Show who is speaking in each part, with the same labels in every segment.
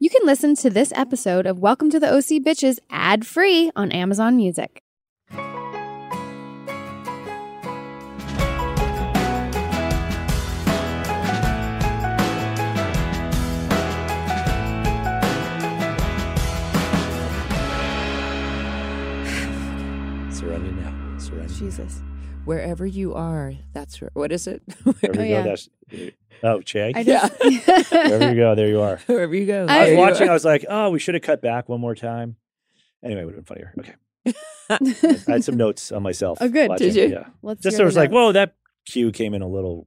Speaker 1: You can listen to this episode of Welcome to the OC Bitches ad free on Amazon Music.
Speaker 2: Surrender now. Surrender. now.
Speaker 3: Jesus. Wherever you are, that's where, what is it?
Speaker 2: Wherever
Speaker 1: Oh,
Speaker 2: you go,
Speaker 1: yeah.
Speaker 2: that's. Oh, Che.
Speaker 1: I just,
Speaker 2: Wherever you go, there you are.
Speaker 3: Wherever you go.
Speaker 1: I-
Speaker 2: I
Speaker 3: there
Speaker 2: was
Speaker 3: you
Speaker 2: watching. I
Speaker 3: are.
Speaker 2: was like, oh, we should have cut back one more time. Anyway, it would have been funnier. Okay. I had some notes on myself.
Speaker 1: Oh, good.
Speaker 2: watching,
Speaker 3: Did you?
Speaker 2: Yeah.
Speaker 1: Let's
Speaker 2: Just
Speaker 1: hear
Speaker 2: so
Speaker 1: the
Speaker 2: I was like,
Speaker 1: notes.
Speaker 2: whoa, that cue came in a little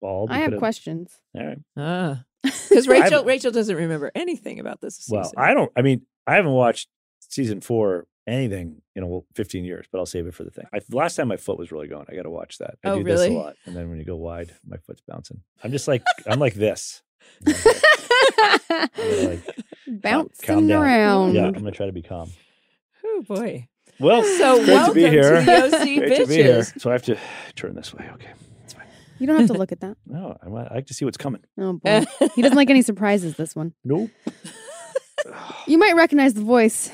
Speaker 2: bald. We
Speaker 1: I have
Speaker 2: could've-
Speaker 1: questions.
Speaker 2: All right.
Speaker 3: Ah. Because
Speaker 2: I've-
Speaker 3: Rachel, Rachel doesn't remember anything about this season.
Speaker 2: Well, I don't. I mean, I haven't watched season four anything in a, 15 years, but I'll save it for the thing. I, the last time my foot was really going, I got to watch that. I
Speaker 3: Oh,
Speaker 2: do
Speaker 3: really?
Speaker 2: this a lot, and then when you go wide, my foot's bouncing. I'm just like I'm like this. I'm gonna, like,
Speaker 1: Bouncing
Speaker 2: down.
Speaker 1: around.
Speaker 2: yeah, I'm gonna try to be calm.
Speaker 3: Oh boy.
Speaker 2: Well,
Speaker 3: So
Speaker 2: it's great to
Speaker 3: welcome
Speaker 2: be here.
Speaker 3: the OC
Speaker 2: Great to be here.
Speaker 3: bitches.
Speaker 2: So I have to turn this way. Okay.
Speaker 1: You don't have to look at that.
Speaker 2: No, I, want- I like to see what's coming.
Speaker 1: Oh boy.
Speaker 2: Mm.
Speaker 1: he doesn't like any surprises this one.
Speaker 2: Nope.
Speaker 1: You might recognize the voice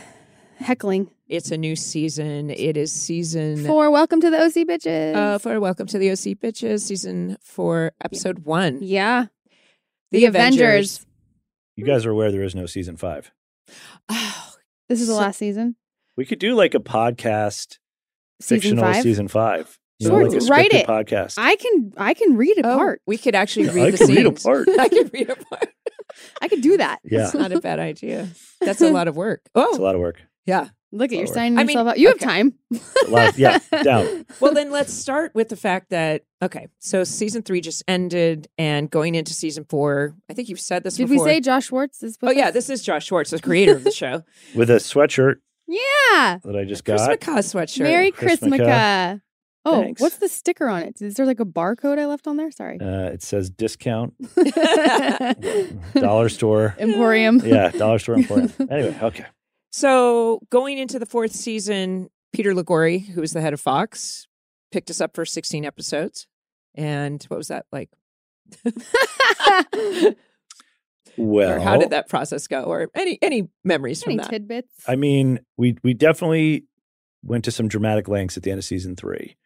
Speaker 1: heckling.
Speaker 3: it's a new season. It is season
Speaker 1: For welcome to the OC bitches.
Speaker 3: uh, for Welcome to the OC Bitches, season four, episode one.
Speaker 1: yeah. The Avengers.
Speaker 2: You guys are aware there is no season five.
Speaker 3: Oh,
Speaker 1: This is the
Speaker 3: So-
Speaker 1: last season.
Speaker 2: We could do like a podcast
Speaker 1: Season
Speaker 2: fictional
Speaker 1: five.
Speaker 2: season five.
Speaker 3: Sure,
Speaker 2: like a
Speaker 1: write
Speaker 2: scripted
Speaker 1: it.
Speaker 2: podcast.
Speaker 1: I can I can read a
Speaker 3: oh,
Speaker 1: part.
Speaker 3: we could actually
Speaker 2: Yeah,
Speaker 3: read
Speaker 2: I
Speaker 3: the
Speaker 2: can read a
Speaker 3: scenes.
Speaker 2: part.
Speaker 3: I could read a part.
Speaker 1: I could do that.
Speaker 2: Yeah.
Speaker 3: That's not a bad idea. That's a lot of work.
Speaker 2: it's a
Speaker 3: Oh,
Speaker 2: lot of work.
Speaker 3: yeah.
Speaker 1: Look at you're
Speaker 2: Forward.
Speaker 1: signing
Speaker 3: I mean,
Speaker 1: yourself out. You
Speaker 3: okay.
Speaker 1: have time.
Speaker 2: A lot of- yeah, down.
Speaker 3: Well, then let's start with the fact that okay, so season three just ended, and going into season four, I think you've said this
Speaker 1: Did we
Speaker 3: before.
Speaker 1: say Josh Schwartz is
Speaker 3: oh yeah, this is Josh Schwartz, the creator of the show.
Speaker 2: With a sweatshirt
Speaker 1: Yeah.
Speaker 2: that I just
Speaker 3: Chris
Speaker 2: got.
Speaker 3: McCaw's sweatshirt.
Speaker 1: Merry
Speaker 2: Chris
Speaker 1: Christmas. Oh,
Speaker 2: Thanks.
Speaker 1: what's the sticker on it? Is there like a barcode I left on there? Sorry.
Speaker 2: Uh, it says discount, dollar store.
Speaker 1: Emporium.
Speaker 2: Yeah, dollar store emporium. Anyway, okay.
Speaker 3: So going into the fourth season, Peter Ligori, who was the head of Fox, picked us up for 16 episodes. And what was that like?
Speaker 2: Well,
Speaker 3: or how did that process go? Or any any memories from
Speaker 1: Any
Speaker 3: that?
Speaker 1: tidbits?
Speaker 2: I mean, we we definitely went to some dramatic lengths at the end of season three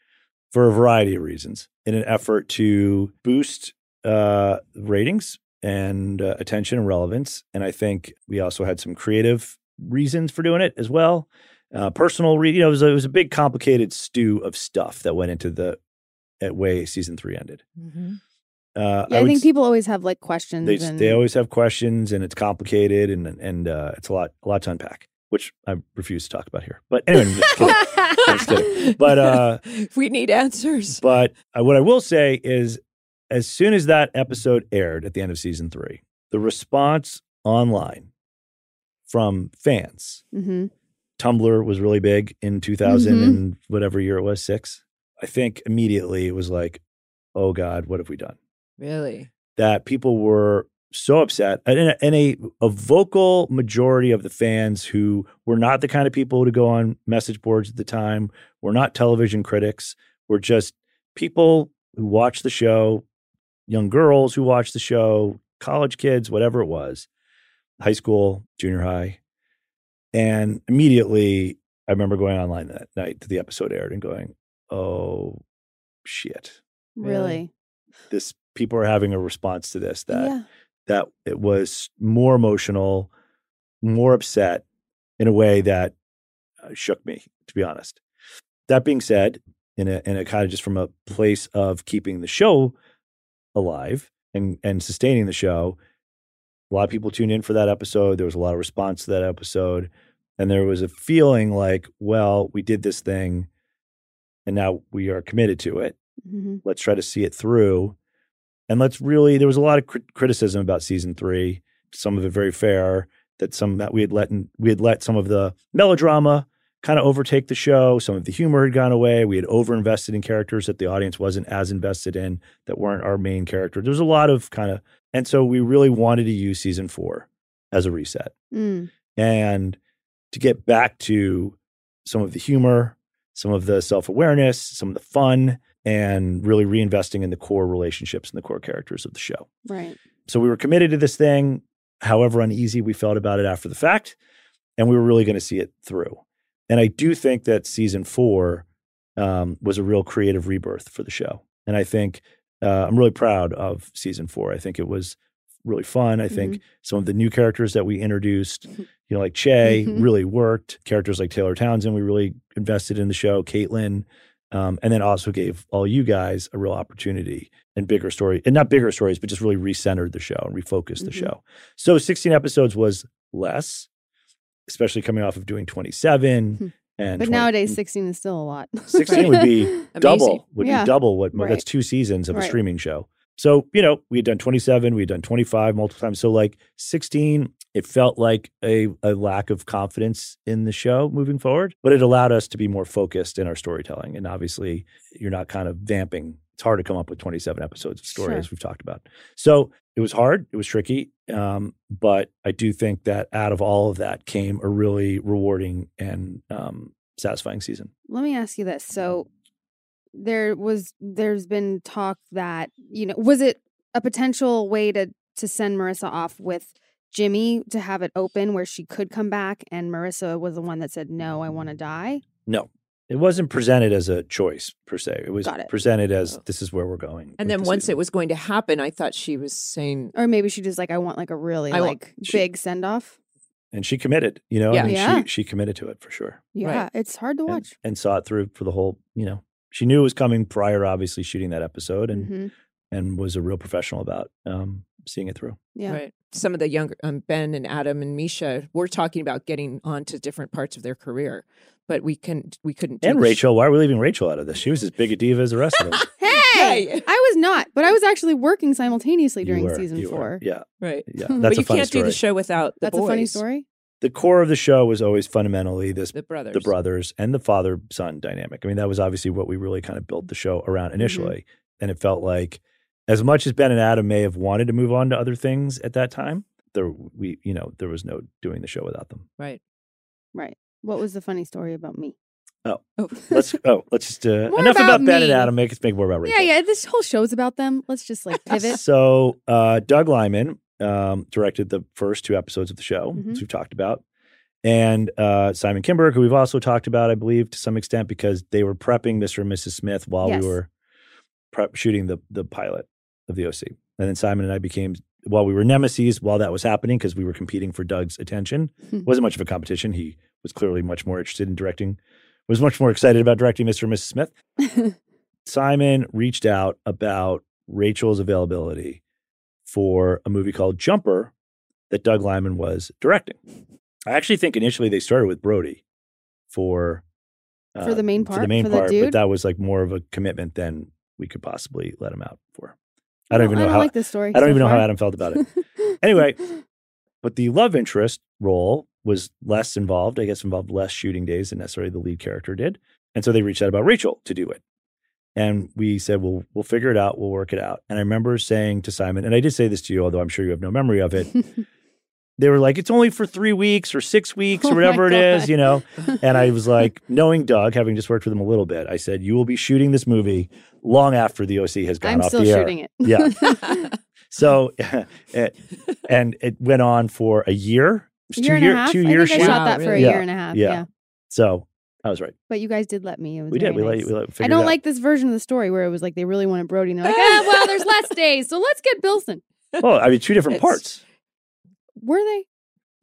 Speaker 2: for a variety of reasons in an effort to boost uh, ratings and uh, attention and relevance. And I think we also had some creative reasons for doing it as well. Uh, personal, re- you know, it was, a, it was a big, complicated stew of stuff that went into the at way season three ended. Uh,
Speaker 1: Yeah, I,
Speaker 2: would
Speaker 1: think
Speaker 2: s-
Speaker 1: people always have like questions.
Speaker 2: they
Speaker 1: and
Speaker 2: they always have questions and it's complicated and and uh, it's a lot a lot to unpack, which I refuse to talk about here. But anyway, I'm just kidding. That's good. But, uh,
Speaker 3: we need answers.
Speaker 2: but uh, what I will say is, as soon as that episode aired at the end of season three, the response online from fans,
Speaker 1: hmm
Speaker 2: Tumblr was really big in 2000
Speaker 1: Mm-hmm.
Speaker 2: and whatever year it was six. I think immediately it was like, oh God, what have we done?
Speaker 3: Really?
Speaker 2: that people were so upset and a, and a, a vocal majority of the fans who were not the kind of people to go on message boards at the time were not television critics were just people who watched the show young girls who watched the show college kids whatever it was high school junior high and immediately i remember going online that night that the episode aired and going oh shit
Speaker 1: Really?
Speaker 2: this people are having a response to this that
Speaker 1: yeah.
Speaker 2: that it was more emotional more upset in a way that uh, shook me to be honest that being said in a in a kind of just from a place of keeping the show alive and and sustaining the show a lot of people tuned in for that episode there was a lot of response to that episode and there was a feeling like well we did this thing and now we are committed to it
Speaker 1: hmm
Speaker 2: let's try to see it through and let's really there was a lot of cri- criticism about season three some of it very fair that some that we had let in, we had let some of the melodrama kind of overtake the show. Some of the humor had gone away. We had overinvested in characters that the audience wasn't as invested in that weren't our main character. There's a lot of kind of and so we really wanted to use season 4 as a reset
Speaker 1: Mm.
Speaker 2: and to get back to some of the humor, some of the self awareness, some of the fun, and really reinvesting in the core relationships and the core characters of the show.
Speaker 1: Right.
Speaker 2: So we were committed to this thing, however uneasy we felt about it after the fact, and we were really going to see it through. And I do think that season four um, was a real creative rebirth for the show. And I think uh, I'm really proud of season four. I think it was really fun. I think some of the new characters that we introduced, you know, like Che,
Speaker 1: Mhm.
Speaker 2: really worked. Characters like Taylor Townsend, we really invested in the show, Caitlin. Um, and then also gave all you guys a real opportunity and bigger story, and not bigger stories, but just really recentered the show and refocused the
Speaker 1: Mhm.
Speaker 2: show. So 16 episodes was less, especially coming off of doing 27.
Speaker 1: Hmm.
Speaker 2: And
Speaker 1: But
Speaker 2: 20
Speaker 1: nowadays, 16 is still a lot.
Speaker 2: 16 Mm. would be
Speaker 3: Amazing.
Speaker 2: double would
Speaker 1: Yeah.
Speaker 2: be double what
Speaker 1: Right.
Speaker 2: that's two seasons of a
Speaker 1: Right.
Speaker 2: streaming show. So, you know, we had done 27, we had done 25 multiple times. So like 16, it felt like a, a lack of confidence in the show moving forward, but it allowed us to be more focused in our storytelling. And obviously, you're not kind of vamping. It's hard to come up with 27 episodes of story
Speaker 1: Sure.
Speaker 2: as we've talked about. So it was hard, it was tricky, um, but I do think that out of all of that came a really rewarding and um, satisfying season.
Speaker 1: Let me ask you this.
Speaker 2: Mm-hmm.
Speaker 1: So there was there's been talk that, you know, was it a potential way to to send Marissa off with Jimmy to have it open where she could come back and Marissa was the one that said, "No, I want to die."
Speaker 2: No, it wasn't presented as a choice per se. It was
Speaker 1: Got it.
Speaker 2: presented as
Speaker 3: Oh.
Speaker 2: this is where we're going.
Speaker 3: And then once it was going to happen, I thought she was saying,
Speaker 1: Or maybe she just like, "I want like a really
Speaker 3: I want-
Speaker 1: like
Speaker 2: she-
Speaker 1: big send-off."
Speaker 2: and she committed, you know, I
Speaker 3: Yeah.
Speaker 2: mean,
Speaker 1: Yeah.
Speaker 2: she she committed to it for sure,
Speaker 1: Yeah, it's hard to
Speaker 2: and,
Speaker 1: watch.
Speaker 2: and saw it through for the whole. You know, she knew it was coming prior, obviously shooting that episode,
Speaker 3: Mm-hmm.
Speaker 1: Mhm.
Speaker 2: and and was a real professional about um, seeing it through.
Speaker 1: Yeah.
Speaker 3: right, some of the younger um, Ben and Adam and Misha were talking about getting on to different parts of their career, but we can we couldn't. do
Speaker 2: And
Speaker 3: the sh-
Speaker 2: Rachel, why are we leaving Rachel out of this? She was as big a diva as the rest of them.
Speaker 1: Hey,
Speaker 3: Right.
Speaker 1: I was not, but I was actually working simultaneously
Speaker 2: You
Speaker 1: during
Speaker 2: were,
Speaker 1: season
Speaker 2: you were.
Speaker 1: four.
Speaker 2: Yeah,
Speaker 3: right?
Speaker 2: yeah.
Speaker 1: But
Speaker 2: That's
Speaker 3: but
Speaker 2: a
Speaker 3: you
Speaker 2: funny
Speaker 3: can't
Speaker 2: story.
Speaker 3: do the show without the
Speaker 1: That's a funny
Speaker 3: boys,
Speaker 1: story.
Speaker 2: The core of the show was always fundamentally this
Speaker 3: The brothers,
Speaker 2: the brothers and the father son dynamic. I mean, that was obviously what we really kind of built the show around initially. And it felt like, as much as Ben and Adam may have wanted to move on to other things at that time, there we you know there was no doing the show without them.
Speaker 3: right?
Speaker 1: Right. What was the funny story about me?
Speaker 3: Oh,
Speaker 2: Let's oh let's just uh,
Speaker 1: More
Speaker 2: enough
Speaker 1: about
Speaker 2: about, Ben
Speaker 1: me.
Speaker 2: and Adam. Make us make more about Rachel.
Speaker 1: Yeah, yeah. This whole show's about them. Let's just like pivot.
Speaker 2: So uh, Doug Lyman um, directed the first two episodes of the show,
Speaker 1: Mhm.
Speaker 2: as we've talked about, and uh, Simon Kimberg, who we've also talked about, I believe, to some extent, because they were prepping Mr. and Mrs. Smith while
Speaker 1: Yes.
Speaker 2: we were prep shooting the the pilot of the OC, and then Simon and I became while we were nemesis while that was happening because we were competing for Doug's attention.
Speaker 1: Hmm.
Speaker 2: wasn't much of a competition. He was clearly much more interested in directing. Was much more excited about directing Mr. and Mrs. Smith. Simon reached out about Rachel's availability for a movie called Jumper that Doug Lyman was directing. I actually think initially they started with Brody for uh,
Speaker 1: For the main
Speaker 2: for the
Speaker 1: part?
Speaker 2: main
Speaker 1: For the
Speaker 2: part, but
Speaker 1: dude?
Speaker 2: that was like more of a commitment than we could possibly let him out for. I don't
Speaker 1: No,
Speaker 2: even know
Speaker 1: I don't
Speaker 2: how
Speaker 1: like this story.
Speaker 2: I don't
Speaker 1: so
Speaker 2: even know how
Speaker 1: far.
Speaker 2: Adam felt about it. Anyway, but the love interest role was less involved, I guess, involved less shooting days than necessarily the lead character did. And so they reached out about Rachel to do it. And we said, well, we'll figure it out. We'll work it out. And I remember saying to Simon, and I did say this to you, although I'm sure you have no memory of it. They were like, it's only for three weeks or six weeks
Speaker 1: Oh
Speaker 2: or
Speaker 1: my
Speaker 2: whatever it is,
Speaker 1: God.
Speaker 2: you know? And I was like, knowing Doug, having just worked with him a little bit, I said, you will be shooting this movie long after the OC has gone
Speaker 1: I'm
Speaker 2: off
Speaker 1: still
Speaker 2: the air.
Speaker 1: shooting it.
Speaker 2: Yeah. So, eh, it, and it went on for a year. It was
Speaker 1: year and
Speaker 2: two year,
Speaker 1: a half.
Speaker 2: two
Speaker 1: I
Speaker 2: year
Speaker 1: think I
Speaker 2: shoot.
Speaker 3: Wow,
Speaker 1: shot that for a
Speaker 3: really?
Speaker 1: year
Speaker 2: Yeah,
Speaker 1: and a half. Yeah.
Speaker 2: yeah. So I was right.
Speaker 1: But you guys did let me. It was
Speaker 2: We did.
Speaker 1: very
Speaker 2: We let
Speaker 1: nice.
Speaker 2: you. We let you figure
Speaker 1: I
Speaker 2: it
Speaker 1: don't
Speaker 2: out.
Speaker 1: like this version of the story where it was like they really wanted Brody and they're like, ah, well, there's less days, so let's get Bilson.
Speaker 2: Well, Oh, I mean, two different
Speaker 3: It's-
Speaker 2: parts.
Speaker 1: Were they?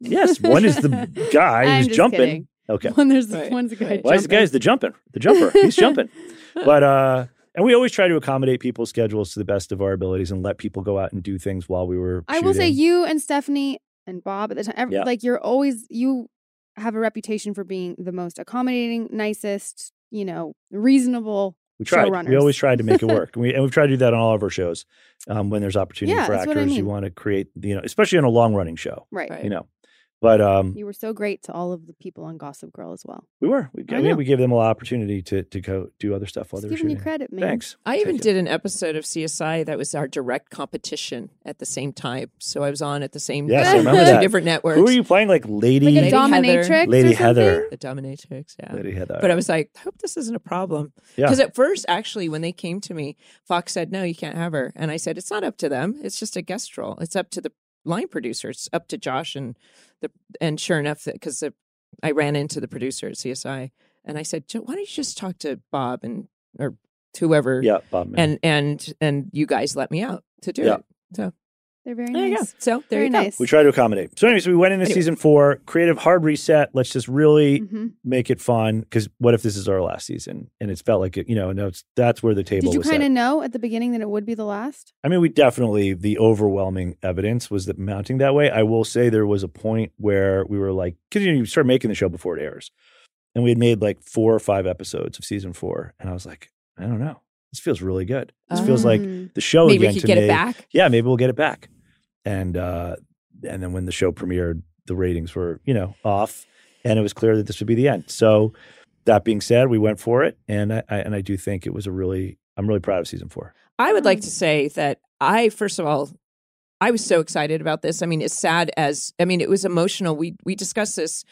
Speaker 2: Yes, one is the guy
Speaker 1: I'm
Speaker 2: who's
Speaker 1: just
Speaker 2: jumping.
Speaker 1: kidding.
Speaker 2: Okay.
Speaker 1: One there's the
Speaker 3: Right,
Speaker 1: one's the guy.
Speaker 3: right.
Speaker 2: Why is the
Speaker 1: jumping.
Speaker 2: guy's the jumping? The jumper. He's jumping. But uh, and we always try to accommodate people's schedules to the best of our abilities and let people go out and do things while we were.
Speaker 1: I will say
Speaker 2: shooting.
Speaker 1: you and Stephanie and Bob at the time, ev-
Speaker 2: Yeah.
Speaker 1: like you're always you have a reputation for being the most accommodating, nicest, you know, reasonable.
Speaker 2: we tried.
Speaker 1: showrunners.
Speaker 2: We always tried to make it work, and, we, and we've tried to do that on all of our shows. Um, when there's opportunity
Speaker 1: Yeah,
Speaker 2: for
Speaker 1: that's
Speaker 2: actors,
Speaker 1: what I
Speaker 2: you
Speaker 1: mean.
Speaker 2: want to create, you know, especially on a long running show,
Speaker 1: Right.
Speaker 3: Right.
Speaker 2: you know. But um,
Speaker 1: You were so great to all of the people on Gossip Girl as well.
Speaker 2: we were we,
Speaker 1: I
Speaker 2: we,
Speaker 1: know.
Speaker 2: we gave them a lot of opportunity to to go do other stuff while
Speaker 1: Just
Speaker 2: they were
Speaker 1: giving you
Speaker 2: shooting.
Speaker 1: credit, man.
Speaker 2: Thanks.
Speaker 3: I even
Speaker 2: Take it.
Speaker 3: did an episode of CSI that was our direct competition at the same time. So I was on at the same
Speaker 2: Yes,
Speaker 1: I remember
Speaker 3: two
Speaker 2: that.
Speaker 3: different networks.
Speaker 2: Who are you playing? Like Lady
Speaker 1: Like a
Speaker 3: Lady Heather.
Speaker 1: dominatrix, or
Speaker 2: Lady
Speaker 1: something?
Speaker 2: Heather.
Speaker 3: The Dominatrix, yeah.
Speaker 2: Lady Heather.
Speaker 3: But I was like, I hope this isn't a problem.
Speaker 2: Yeah.
Speaker 3: Because at first, actually, when they came to me, Fox said, No, you can't have her. And I said, It's not up to them. It's just a guest role. It's up to the line producer. It's up to Josh and the and sure enough, because I ran into the producer at CSI and I said, "Jo- Why don't you just talk to Bob and or whoever
Speaker 2: yeah, Bob. Mann.
Speaker 3: and and and you guys let me out to do
Speaker 2: Yeah.
Speaker 3: it. So
Speaker 1: They're very
Speaker 3: there you go.
Speaker 1: nice.
Speaker 3: So there
Speaker 1: Very
Speaker 3: you go.
Speaker 1: nice.
Speaker 2: we try to accommodate. So, anyways, we went into
Speaker 3: Anyway.
Speaker 2: season four, creative hard reset. Let's just really
Speaker 1: Mhm.
Speaker 2: make it fun because what if this is our last season? And it's felt like it, you know, and that's that's where the
Speaker 1: Did
Speaker 2: table
Speaker 1: you
Speaker 2: was. set.
Speaker 1: kind of know at the beginning that it would be the last?
Speaker 2: I mean, we definitely the overwhelming evidence was that mounting that way. I will say there was a point where we were like, because you, know, you start making the show before it airs, and we had made like four or five episodes of season four, and I was like, I don't know, this feels really good. This feels like
Speaker 1: Mm.
Speaker 2: the show
Speaker 3: Um, maybe
Speaker 2: again
Speaker 3: we could
Speaker 2: to
Speaker 3: get
Speaker 2: me.
Speaker 3: it back.
Speaker 2: Yeah, maybe we'll get it back. And uh, and then when the show premiered, the ratings were you know off, and it was clear that this would be the end. So that being said, we went for it, and I, I and I do think it was a really I'm really proud of season four.
Speaker 3: I would like
Speaker 1: Mm.
Speaker 3: to say that I first of all, I was so excited about this. I mean, as sad as I mean, it was emotional. We we discussed this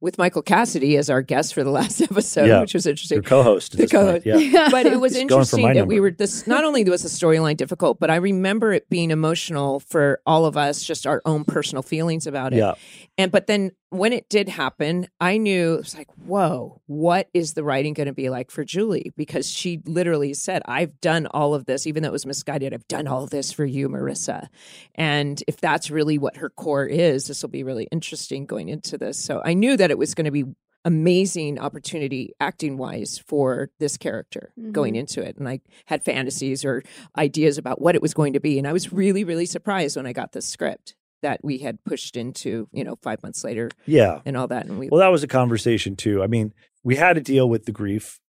Speaker 3: with Michael Cassidy as our guest for the last episode,
Speaker 2: Yeah.
Speaker 3: which was
Speaker 2: Your
Speaker 3: interesting.
Speaker 2: co-host, at
Speaker 3: The
Speaker 2: this point,
Speaker 3: co-host.
Speaker 2: yeah.
Speaker 3: But it was
Speaker 2: Just going for
Speaker 3: interesting
Speaker 2: my
Speaker 3: that we
Speaker 2: number.
Speaker 3: were this. Not only was the storyline difficult, but I remember it being emotional for all of us, just our own personal feelings about it.
Speaker 2: Yeah,
Speaker 3: And but then when it did happen, I knew it was like, whoa, what is the writing going to be like for Julie? Because she literally said, I've done all of this, even though it was misguided, I've done all of this for you, Marissa. And if that's really what her core is, this will be really interesting going into this. So I knew that it was going to be amazing opportunity acting wise for this character going
Speaker 1: Mhm.
Speaker 3: into it. And I had fantasies or ideas about what it was going to be. And I was really, really surprised when I got this script that we had pushed into, you know, five months later
Speaker 2: yeah.
Speaker 3: and all that. And we,
Speaker 2: Well, that was a conversation too. I mean, we had to deal with the grief.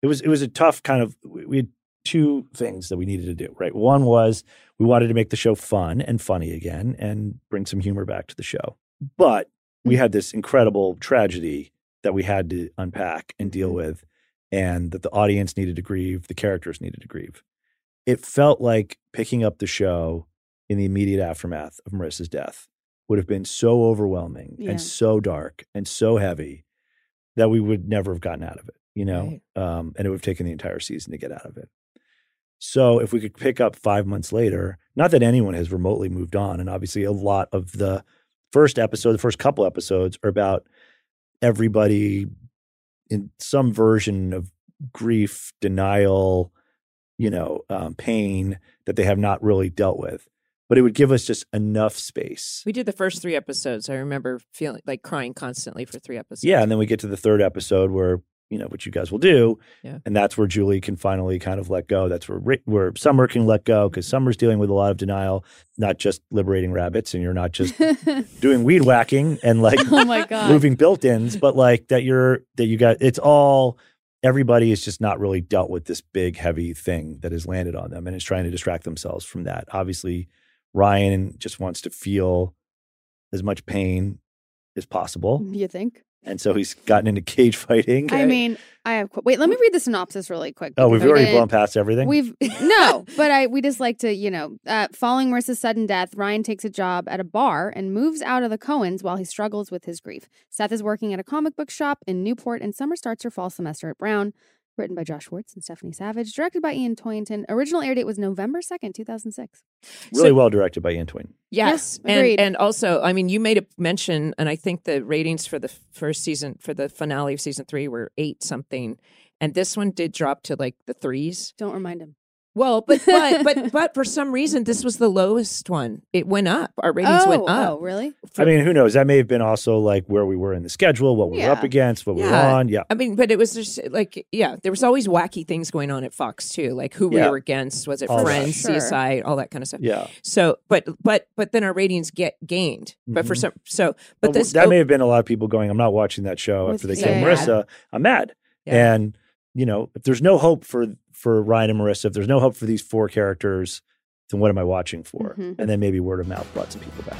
Speaker 2: It was it was a tough kind of. We we had two things that we needed to do. Right, one was we wanted to make the show fun and funny again, and bring some humor back to the show. But we had this incredible tragedy that we had to unpack and deal
Speaker 1: Mhm.
Speaker 2: with, and that the audience needed to grieve, the characters needed to grieve. It felt like picking up the show in the immediate aftermath of Marissa's death would have been so overwhelming
Speaker 1: Yeah.
Speaker 2: and so dark and so heavy that we would never have gotten out of it, you know? Um, and it would have taken the entire season to get out of it. So if we could pick up five months later, not that anyone has remotely moved on, and obviously a lot of the first episode, the first couple episodes are about everybody in some version of grief, denial, you know, um, pain that they have not really dealt with. But it would give us just enough space.
Speaker 3: we did the first three episodes. I remember feeling like crying constantly for three episodes.
Speaker 2: Yeah, and then we get to the third episode where you know what you guys will do,
Speaker 3: Yeah.
Speaker 2: and that's where Julie can finally kind of let go. That's where Ri- where Summer can let go because Summer's dealing with a lot of denial, not just liberating rabbits, and you're not just doing weed whacking and like
Speaker 1: oh my god.
Speaker 2: moving built-ins, but like that you're that you got it's all everybody is just not really dealt with this big heavy thing that has landed on them and is trying to distract themselves from that. Obviously, Ryan just wants to feel as much pain as possible.
Speaker 1: You think?
Speaker 2: And so he's gotten into cage fighting.
Speaker 1: I mean, I have. Qu- Wait, let me read the synopsis really quick.
Speaker 2: oh, we've
Speaker 1: because I
Speaker 2: already
Speaker 1: did-
Speaker 2: blown past everything.
Speaker 1: We've no, but I we just like to you know. Uh, following Marissa's sudden death, Ryan takes a job at a bar and moves out of the Cohens while he struggles with his grief. Seth is working at a comic book shop in Newport, and Summer starts her fall semester at Brown. Written by Josh Schwartz and Stephanie Savage, directed by Ian Toynton. Original air date was November second, two thousand six.
Speaker 2: really
Speaker 3: so-
Speaker 2: well directed by Antoine.
Speaker 3: Yes,
Speaker 1: Yeah, agreed.
Speaker 3: and and also, I mean, you made a mention, and I think the ratings for the first season for the finale of season three were eight something, and this one did drop to like the threes.
Speaker 1: Don't remind him.
Speaker 3: Well, but but but but for some reason, this was the lowest one. It went up. Our ratings
Speaker 1: oh,
Speaker 3: went up.
Speaker 1: oh, really?
Speaker 2: I mean, who knows? That may have been also like where we were in the schedule, what we were up
Speaker 1: Yeah.
Speaker 2: against, what we were
Speaker 3: Yeah.
Speaker 2: on. Yeah.
Speaker 3: I mean, but it was just like, yeah, there was always wacky things going on at Fox too, like who
Speaker 2: Yeah.
Speaker 3: we were against, was it
Speaker 2: All that.
Speaker 3: Friends,
Speaker 1: Sure.
Speaker 3: CSI, all that kind of stuff.
Speaker 2: Yeah.
Speaker 3: So, but but but then our ratings get gained. But for
Speaker 2: Mhm.
Speaker 3: some, so but
Speaker 2: Well,
Speaker 3: this
Speaker 2: that
Speaker 3: oh,
Speaker 2: may have been a lot of people going, I'm not watching that show
Speaker 1: With
Speaker 2: after they
Speaker 1: you.
Speaker 2: killed
Speaker 1: Yeah.
Speaker 2: Marissa. I'm mad.
Speaker 3: yeah.
Speaker 2: And, you know, if there's no hope for for Ryan and Marissa, if there's no hope for these four characters, then what am I watching for?
Speaker 1: Mhm.
Speaker 2: And then maybe word of mouth brought some people back.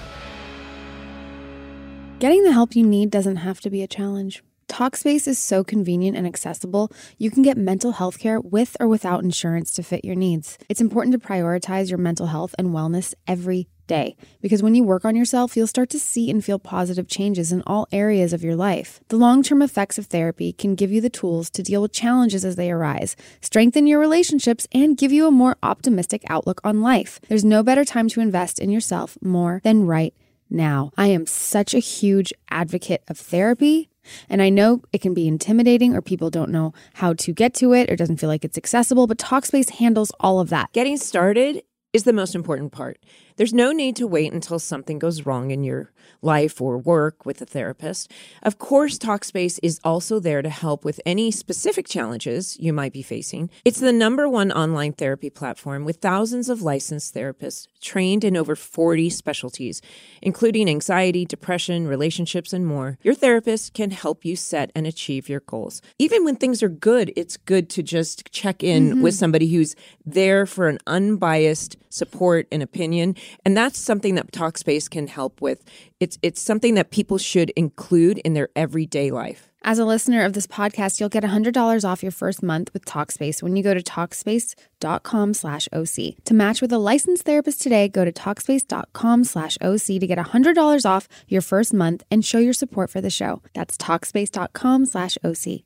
Speaker 1: Getting the help you need doesn't have to be a challenge. Talkspace is so convenient and accessible, you can get mental health care with or without insurance to fit your needs. It's important to prioritize your mental health and wellness every day because when you work on yourself, you'll start to see and feel positive changes in all areas of your life. The long term effects of therapy can give you the tools to deal with challenges as they arise, strengthen your relationships, and give you a more optimistic outlook on life. There's no better time to invest in yourself more than right now. I am such a huge advocate of therapy. And I know it can be intimidating or people don't know how to get to it or doesn't feel like it's accessible, but Talkspace handles all of that.
Speaker 3: Getting started is the most important part. There's no need to wait until something goes wrong in your life or work with a therapist. Of course, Talkspace is also there to help with any specific challenges you might be facing. It's the number one online therapy platform with thousands of licensed therapists trained in over 40 specialties, including anxiety, depression, relationships, and more. Your therapist can help you set and achieve your goals. Even when things are good, it's good to just check in with somebody who's there for an unbiased support and opinion. And that's something that Talkspace can help with. It's it's something that people should include in their everyday life.
Speaker 1: As a listener of this podcast, you'll get $100 off your first month with Talkspace when you go to Talkspace.com slash OC. To match with a licensed therapist today, go to Talkspace.com slash OC to get $100 off your first month and show your support for the show. That's Talkspace.com slash OC.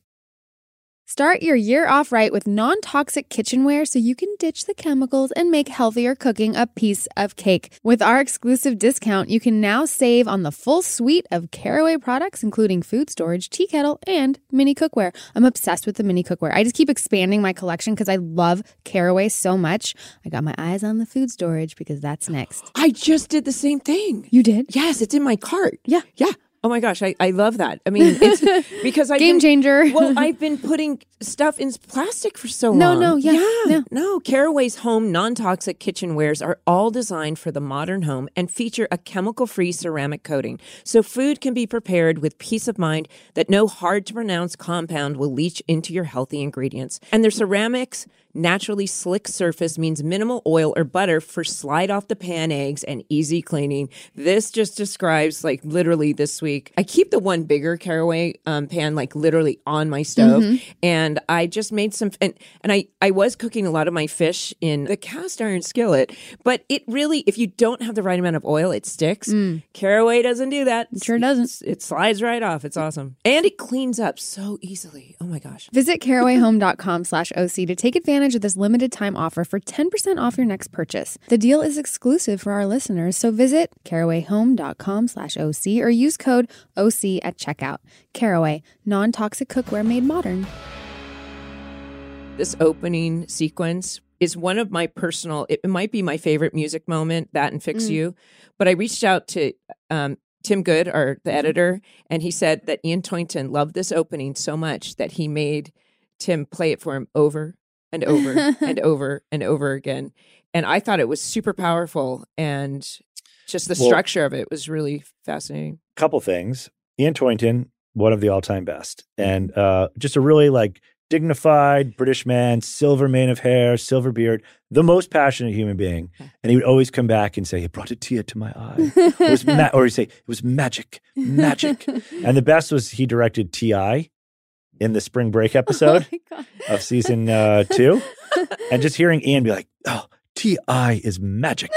Speaker 1: Start your year off right with non toxic kitchenware so you can ditch the chemicals and make healthier cooking a piece of cake. With our exclusive discount, you can now save on the full suite of Caraway products, including food storage, tea kettle, and mini cookware. I'm obsessed with the mini cookware. I just keep expanding my collection because I love Caraway so much. I got my eyes on the food storage because that's next.
Speaker 3: I just did the same thing.
Speaker 1: You did?
Speaker 3: Yes, it's in my cart.
Speaker 1: Yeah.
Speaker 3: Yeah. Oh my gosh, I, I love that. I mean, it's because I
Speaker 1: Game changer.
Speaker 3: well, I've been putting stuff in plastic for so
Speaker 1: No,
Speaker 3: long.
Speaker 1: no, yeah,
Speaker 3: yeah,
Speaker 1: no.
Speaker 3: no. Caraway's home non-toxic kitchenwares are all designed for the modern home and feature a chemical-free ceramic coating, so food can be prepared with peace of mind that no hard-to-pronounce compound will leach into your healthy ingredients. And their ceramics naturally slick surface means minimal oil or butter for slide off the pan eggs and easy cleaning. This just describes like literally this week. I keep the one bigger caraway um, pan like literally on my stove,
Speaker 1: Mm-hmm.
Speaker 3: and I just made some and and I I was cooking a lot of my fish in the cast iron skillet, but it really if you don't have the right amount of oil, it sticks. Caraway doesn't do that.
Speaker 1: Mm. Sure doesn't.
Speaker 3: It's- It slides right off. It's awesome, and it cleans up so easily. Oh my gosh.
Speaker 1: Visit carawayhome.com slash OC to take advantage of this limited time offer for 10% off your next purchase. The deal is exclusive for our listeners, so visit carawayhome.com slash OC or use code OC at checkout. Caraway, non toxic cookware made modern.
Speaker 3: This opening sequence is one of my personal, it, it might be my favorite music moment, that and Fix
Speaker 1: Mm.
Speaker 3: You. But I reached out to um, Tim Good, our the editor, and he said that Ian Toynton loved this opening so much that he made Tim play it for him over and over and over and over again. And I thought it was super powerful and just the
Speaker 2: Well-
Speaker 3: structure of it was really fascinating.
Speaker 2: couple things. Ian Toynton, one of the all-time best, and uh, just a really like dignified British man, silver mane of hair, silver beard, the most passionate human being. And he would always come back and say, "It brought a tear to my eye," it was ma- or he'd say, "It was magic, magic." and the best was he directed Ti in the Spring Break
Speaker 1: Oh
Speaker 2: episode of season uh, two, and just hearing Ian be like, "Oh." T.I. is magic.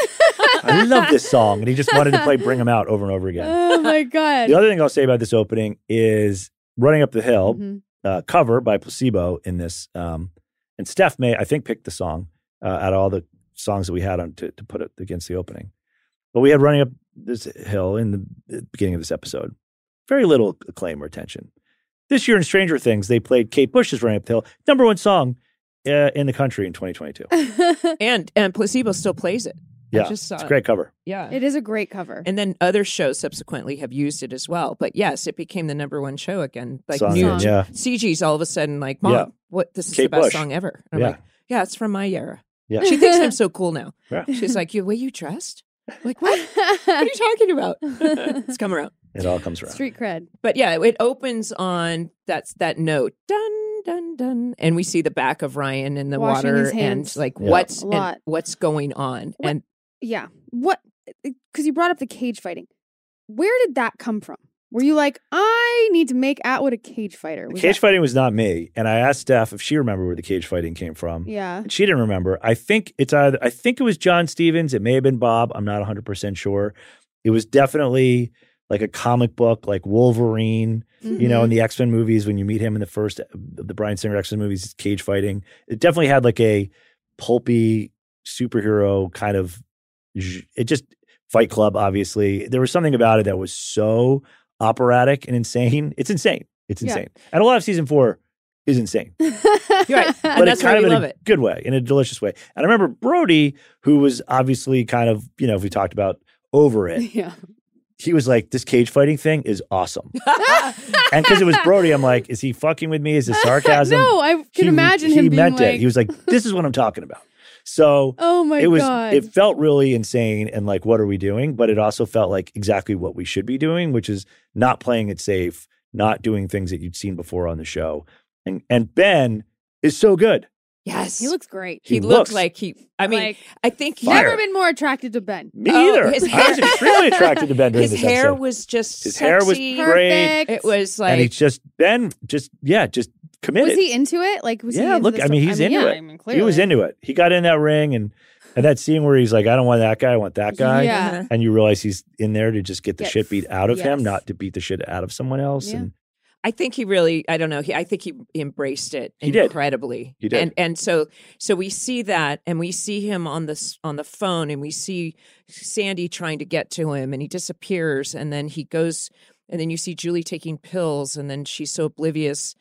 Speaker 2: I love this song. And he just wanted to play Bring Him Out over and over again.
Speaker 1: Oh my God.
Speaker 2: The other thing I'll say about this opening is "Running Up the Hill"
Speaker 1: Mhm.
Speaker 3: Mm-hmm.
Speaker 2: uh, cover by Placebo in this, um, and Steph May I think picked the song uh, out of all the songs that we had on to, to put it against the opening. But we had "Running Up This Hill" in the beginning of this episode. Very little acclaim or attention. This year in Stranger Things, they played Kate Bush's "Running Up the Hill," number one song uh, in the country in 2022.
Speaker 1: Mm-hmm.
Speaker 3: And and placebo still plays it.
Speaker 2: Yeah,
Speaker 3: I just saw
Speaker 2: it's a
Speaker 3: it.
Speaker 2: great cover.
Speaker 3: Yeah.
Speaker 1: it is a great cover.
Speaker 3: And then other shows subsequently have used it as well. But yes, it became the number one show again. Like
Speaker 2: song,
Speaker 3: new
Speaker 1: Song.
Speaker 2: yeah,
Speaker 3: CG's all of a sudden like, Mom,
Speaker 2: Yeah.
Speaker 3: what this is the
Speaker 2: Kate
Speaker 3: best
Speaker 2: Bush.
Speaker 3: song ever. And I'm
Speaker 2: Yeah.
Speaker 3: like, Yeah, it's from my era.
Speaker 2: Yeah.
Speaker 3: She thinks I'm so cool now.
Speaker 2: Yeah.
Speaker 3: She's like, You way you dressed? I'm like, what? what are you talking about? it's come around.
Speaker 2: it all comes around.
Speaker 1: Street cred.
Speaker 3: But yeah, it opens on that's that note. Dun dun dun. And we see the back of Ryan in the
Speaker 1: Washing his
Speaker 3: water and
Speaker 1: hands.
Speaker 3: like
Speaker 2: Yeah.
Speaker 3: what's
Speaker 1: A
Speaker 3: and
Speaker 1: lot.
Speaker 3: what's going on.
Speaker 1: What-
Speaker 3: And
Speaker 1: eh, Yeah. What? Because you brought up the cage fighting. Where did that come from? Were you like, I need to make out with a cage fighter?
Speaker 2: The
Speaker 1: Was
Speaker 2: cage
Speaker 1: that-
Speaker 2: fighting was not me, and I asked Steph if she remembered where the cage fighting came from.
Speaker 1: Yeah.
Speaker 2: She didn't remember. I think it's either I think it was John Stevens. It may have been Bob. I'm not 100 percent sure. It was definitely like a comic book, like Wolverine.
Speaker 1: Mm-hmm.
Speaker 2: You know, in the X Men movies, when you meet him in the first the Brian Singer X Men movies, it's cage fighting. It definitely had like a pulpy superhero kind of. j- It just Fight Club, obviously. There was something about it that was so operatic and insane. It's insane. It's
Speaker 1: Yeah.
Speaker 2: insane. And a lot of season four is insane
Speaker 1: Mhm.
Speaker 3: You're right.
Speaker 2: but
Speaker 3: that's
Speaker 2: it kind of
Speaker 3: why we
Speaker 2: in
Speaker 3: love
Speaker 2: a
Speaker 3: it.
Speaker 2: good way, in a delicious way. And I remember Brody, who was obviously kind of, you know, if we talked about over it,
Speaker 1: yeah.
Speaker 2: he was like, "This cage fighting thing is awesome." and because it was Brody, I'm like, "Is he fucking with me? Is this sarcasm?"
Speaker 1: no, I can
Speaker 2: He-
Speaker 1: imagine
Speaker 2: he
Speaker 1: him being
Speaker 2: meant
Speaker 1: like,
Speaker 2: it. He was like, "This is what I'm talking about." So
Speaker 1: "Oh my
Speaker 2: it was.
Speaker 1: god!"
Speaker 2: It felt really insane and like, what are we doing? But it also felt like exactly what we should be doing, which is not playing it safe, not doing things that you'd seen before on the show. And and Ben is so good.
Speaker 3: Yes.
Speaker 1: he looks great.
Speaker 3: He
Speaker 2: He
Speaker 3: looked
Speaker 2: looks
Speaker 3: like he. I mean,
Speaker 1: Like,
Speaker 3: I think he,
Speaker 2: Fire.
Speaker 1: never been more attracted to Ben.
Speaker 2: Me
Speaker 3: Oh,
Speaker 2: either.
Speaker 3: his
Speaker 2: I was
Speaker 3: hair-
Speaker 2: extremely attracted to Ben during
Speaker 3: his
Speaker 2: this
Speaker 3: hair
Speaker 2: episode.
Speaker 3: was just.
Speaker 2: His hair was
Speaker 3: sexy.
Speaker 2: great.
Speaker 1: Perfect.
Speaker 3: It was like
Speaker 2: and he's just Ben, just yeah, just committed.
Speaker 1: was he into it? Like, was
Speaker 2: Yeah,
Speaker 1: He into
Speaker 2: look,
Speaker 1: this
Speaker 2: I mean, he's into
Speaker 1: yeah,
Speaker 2: it.
Speaker 1: I mean,
Speaker 2: He was
Speaker 1: clearly.
Speaker 2: into it. He got in that ring and and that scene where he's like, I don't want that guy, I want that guy.
Speaker 1: Yeah.
Speaker 2: And you realize he's in there to just get the
Speaker 1: Get-
Speaker 2: shit beat out of him,
Speaker 1: yes.
Speaker 2: not to beat the shit out of someone else.
Speaker 1: Yeah.
Speaker 2: And
Speaker 3: I think he really, I don't know, he, I think he embraced it
Speaker 2: He did.
Speaker 3: incredibly.
Speaker 2: He did.
Speaker 3: And and so so we see that and we see him on this on the phone and we see Sandy trying to get to him and he disappears and then he goes and then you see Julie taking pills and then she's so oblivious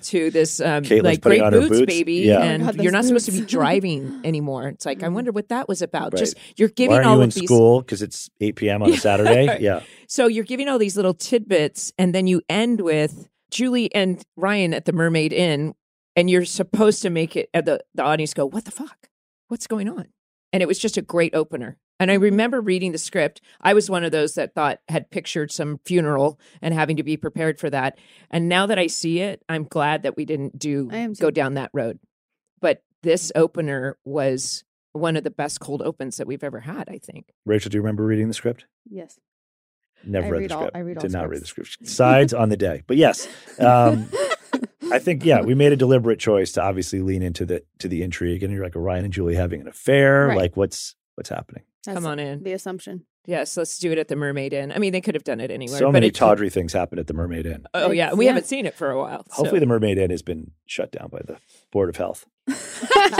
Speaker 3: to this um
Speaker 2: Caitlin's
Speaker 3: like
Speaker 2: putting
Speaker 3: great
Speaker 2: on her
Speaker 3: boots,
Speaker 2: boots.
Speaker 3: baby
Speaker 2: Yeah. Oh my
Speaker 3: and
Speaker 1: God,
Speaker 3: you're
Speaker 1: those
Speaker 3: not supposed to be
Speaker 1: boots.
Speaker 3: driving anymore. It's like I wonder what that was about.
Speaker 2: Right.
Speaker 3: Just you're
Speaker 2: why
Speaker 3: giving
Speaker 2: aren't
Speaker 3: all
Speaker 2: you in
Speaker 3: of these
Speaker 2: school? Because it's eight p.m. on a
Speaker 3: Yeah.
Speaker 2: Saturday. Yeah,
Speaker 3: so you're giving all these little tidbits, and then you end with Julie and Ryan at the Mermaid Inn, and you're supposed to make it at the, the audience go, What the fuck? What's going on? And it was just a great opener. And
Speaker 1: Mm-hmm.
Speaker 3: I remember reading the script. I was one of those that thought had pictured some funeral and having to be prepared for that. And now that I see it, I'm glad that we didn't do
Speaker 1: I am too.
Speaker 3: go down that road. But this opener was one of the best cold opens that we've ever had, I think.
Speaker 2: Rachel, do you remember reading the script?
Speaker 1: Yes.
Speaker 2: Never
Speaker 1: I
Speaker 2: read,
Speaker 1: read
Speaker 2: the
Speaker 1: all-
Speaker 2: script.
Speaker 1: I read all
Speaker 2: Did not read the script. Sides on the day, but yes, um, I think yeah, we made a deliberate choice to obviously lean into the to the intrigue, and you're like Ryan and Julie having an affair.
Speaker 1: Right.
Speaker 2: Like, what's what's happening?
Speaker 1: That's
Speaker 3: Come on in.
Speaker 1: The assumption.
Speaker 3: Yes, let's do it at the Mermaid Inn. I mean, they could have done it anywhere.
Speaker 2: so
Speaker 3: but
Speaker 2: many
Speaker 3: it-
Speaker 2: tawdry things happen at the Mermaid Inn.
Speaker 3: Oh yeah, we
Speaker 1: Yeah.
Speaker 3: haven't seen it for a while. so-
Speaker 2: Hopefully, the Mermaid Inn has been shut down by the Board of Health.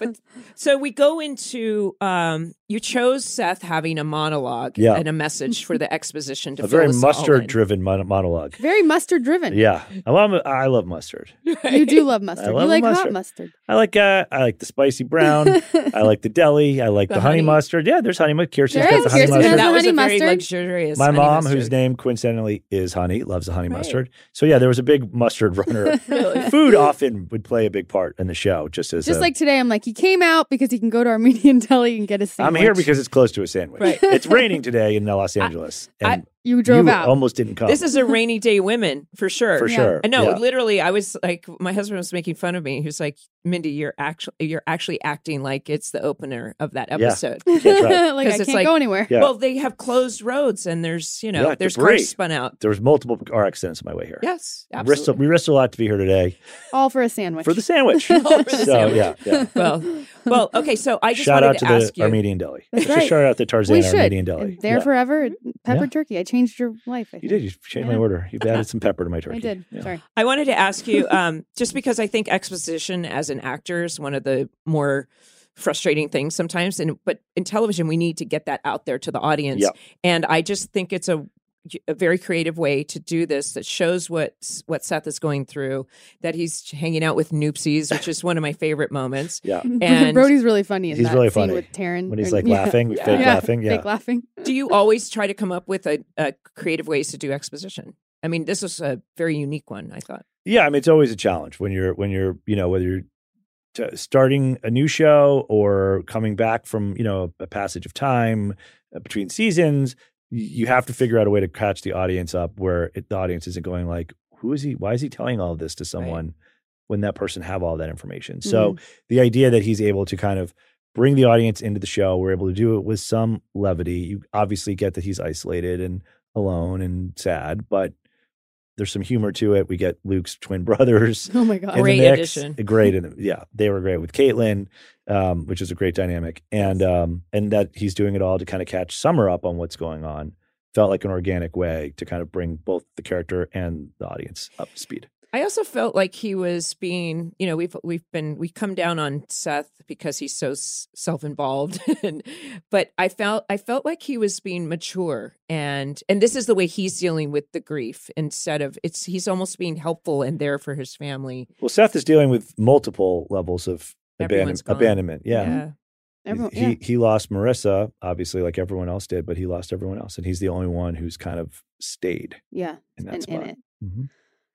Speaker 1: but
Speaker 3: so we go into um, you chose Seth having a monologue
Speaker 2: Yeah.
Speaker 3: and a message for the exposition
Speaker 2: A
Speaker 3: to fill
Speaker 2: very
Speaker 3: us all in.
Speaker 2: mustard-driven mon- monologue.
Speaker 1: very mustard driven.
Speaker 2: Yeah, I love I love mustard.
Speaker 1: You do love mustard.
Speaker 2: love
Speaker 1: you like
Speaker 2: mustard.
Speaker 1: hot mustard.
Speaker 2: I like uh, I like the spicy brown. I like the deli. I like the,
Speaker 3: The
Speaker 2: honey,
Speaker 3: honey.
Speaker 2: mustard. Yeah, there's honey mustard. Kirsten's
Speaker 1: There
Speaker 2: got
Speaker 1: is.
Speaker 2: the honey
Speaker 1: Kirsten
Speaker 2: mustard.
Speaker 1: has
Speaker 3: that
Speaker 1: the
Speaker 3: was a
Speaker 1: honey
Speaker 3: very
Speaker 1: mustard.
Speaker 3: luxurious.
Speaker 2: My
Speaker 3: honey
Speaker 2: mom,
Speaker 3: mustard.
Speaker 2: whose name coincidentally is Honey, loves the honey
Speaker 3: Right.
Speaker 2: mustard. So yeah, there was a big mustard runner.
Speaker 3: Really?
Speaker 2: Food often would play a big part in the show, just as
Speaker 1: Just
Speaker 2: a-
Speaker 1: like today, I'm like, he came out because he can go to Armenian deli and get a
Speaker 2: I'm
Speaker 1: sandwich.
Speaker 2: here because it's close to a sandwich.
Speaker 3: Right.
Speaker 2: It's raining today in Los Angeles,
Speaker 3: I-
Speaker 2: and
Speaker 1: you drove
Speaker 2: you
Speaker 1: out.
Speaker 2: almost didn't come.
Speaker 3: This is a rainy day women for sure.
Speaker 2: for
Speaker 1: Yeah.
Speaker 2: sure.
Speaker 3: I know.
Speaker 2: Yeah.
Speaker 3: Literally, I was like, my husband was making fun of me. He was like, "Mindy, you're actually you're actually acting like it's the opener of that
Speaker 2: Yeah.
Speaker 3: episode."
Speaker 2: can't drive.
Speaker 1: like I
Speaker 3: 'Cause it's
Speaker 1: can't
Speaker 3: like-
Speaker 1: go anywhere.
Speaker 2: Yeah.
Speaker 3: Well, they have closed roads, and there's you know
Speaker 2: Yeah,
Speaker 3: there's
Speaker 2: debris.
Speaker 3: cars spun out.
Speaker 2: There was multiple car accidents on my way here.
Speaker 3: Yes,
Speaker 2: We risked a-
Speaker 3: absolutely.
Speaker 2: we risked a lot to be here today
Speaker 1: All for a sandwich.
Speaker 2: for the sandwich.
Speaker 1: For the
Speaker 2: so
Speaker 3: sandwich.
Speaker 2: yeah, yeah.
Speaker 3: Well, well, okay. So I just
Speaker 2: shout
Speaker 3: wanted
Speaker 2: out to,
Speaker 3: to, ask
Speaker 2: the
Speaker 3: you.
Speaker 2: Armenian deli.
Speaker 1: That's
Speaker 2: Let's just
Speaker 1: right.
Speaker 2: shout out to Tarzan
Speaker 1: we should.
Speaker 2: Armenian deli.
Speaker 1: And There
Speaker 2: Yeah.
Speaker 1: forever. Pepper
Speaker 2: Yeah.
Speaker 1: jerky. I changed your life. I
Speaker 2: You
Speaker 1: think.
Speaker 2: did. You changed my
Speaker 1: Yeah.
Speaker 2: order. You've added some pepper to my turkey.
Speaker 1: I did.
Speaker 2: Yeah.
Speaker 1: Sorry.
Speaker 3: I wanted to ask you, um, just because I think exposition as an actor is one of the more frustrating things sometimes, and but in television we need to get that out there to the audience.
Speaker 2: Yeah.
Speaker 3: And I just think it's a a very creative way to do this that shows what what Seth is going through. That he's hanging out with noopsies, which is one of my favorite moments.
Speaker 2: Yeah.
Speaker 3: And-
Speaker 1: Brody's really funny in
Speaker 2: He's
Speaker 1: that
Speaker 2: really
Speaker 1: scene
Speaker 2: funny.
Speaker 1: with Taryn.
Speaker 2: When he's
Speaker 1: or-
Speaker 2: like
Speaker 1: yeah.
Speaker 2: laughing,
Speaker 3: Yeah.
Speaker 2: fake
Speaker 1: Yeah,
Speaker 2: laughing. Yeah.
Speaker 1: Fake laughing.
Speaker 3: Do you always try to come up with a, a creative ways to do exposition? I mean, this was a very unique one. I thought.
Speaker 2: yeah i mean it's always a challenge when you're when you're you know whether you're t- starting a new show or coming back from you know a passage of time uh, between seasons y- you have to figure out a way to catch the audience up where it, the audience isn't going like who is he why is he telling all of this to someone when that person have all that information so the idea that he's able to kind of bring the audience into the show we're able to do it with some levity you obviously get that he's isolated and alone and sad, but there's some humor to it. We get Luke's twin brothers.
Speaker 1: Oh my god.
Speaker 2: in the
Speaker 3: Great
Speaker 2: mix.
Speaker 3: addition.
Speaker 2: Great, in the, yeah, they were great with Caitlin, um, which is a great dynamic, and um, and that he's doing it all to kind of catch Summer up on what's going on. Felt like an organic way to kind of bring both the character and the audience up to speed.
Speaker 3: I also felt like he was being, you know, we've we've been we come down on Seth because he's so s- self-involved, and but I felt I felt like he was being mature, and and this is the way he's dealing with the grief instead of it's he's almost being helpful and there for his family.
Speaker 2: Well, Seth is dealing with multiple levels of abandon-
Speaker 3: Everyone's gone.
Speaker 2: abandonment. Yeah.
Speaker 1: Everyone,
Speaker 2: he he lost Marissa, obviously, like everyone else did, but he lost everyone else, and he's the only one who's kind of stayed
Speaker 1: yeah. yeah.
Speaker 2: in that
Speaker 1: And in
Speaker 2: spot.
Speaker 1: it.
Speaker 2: Mhm.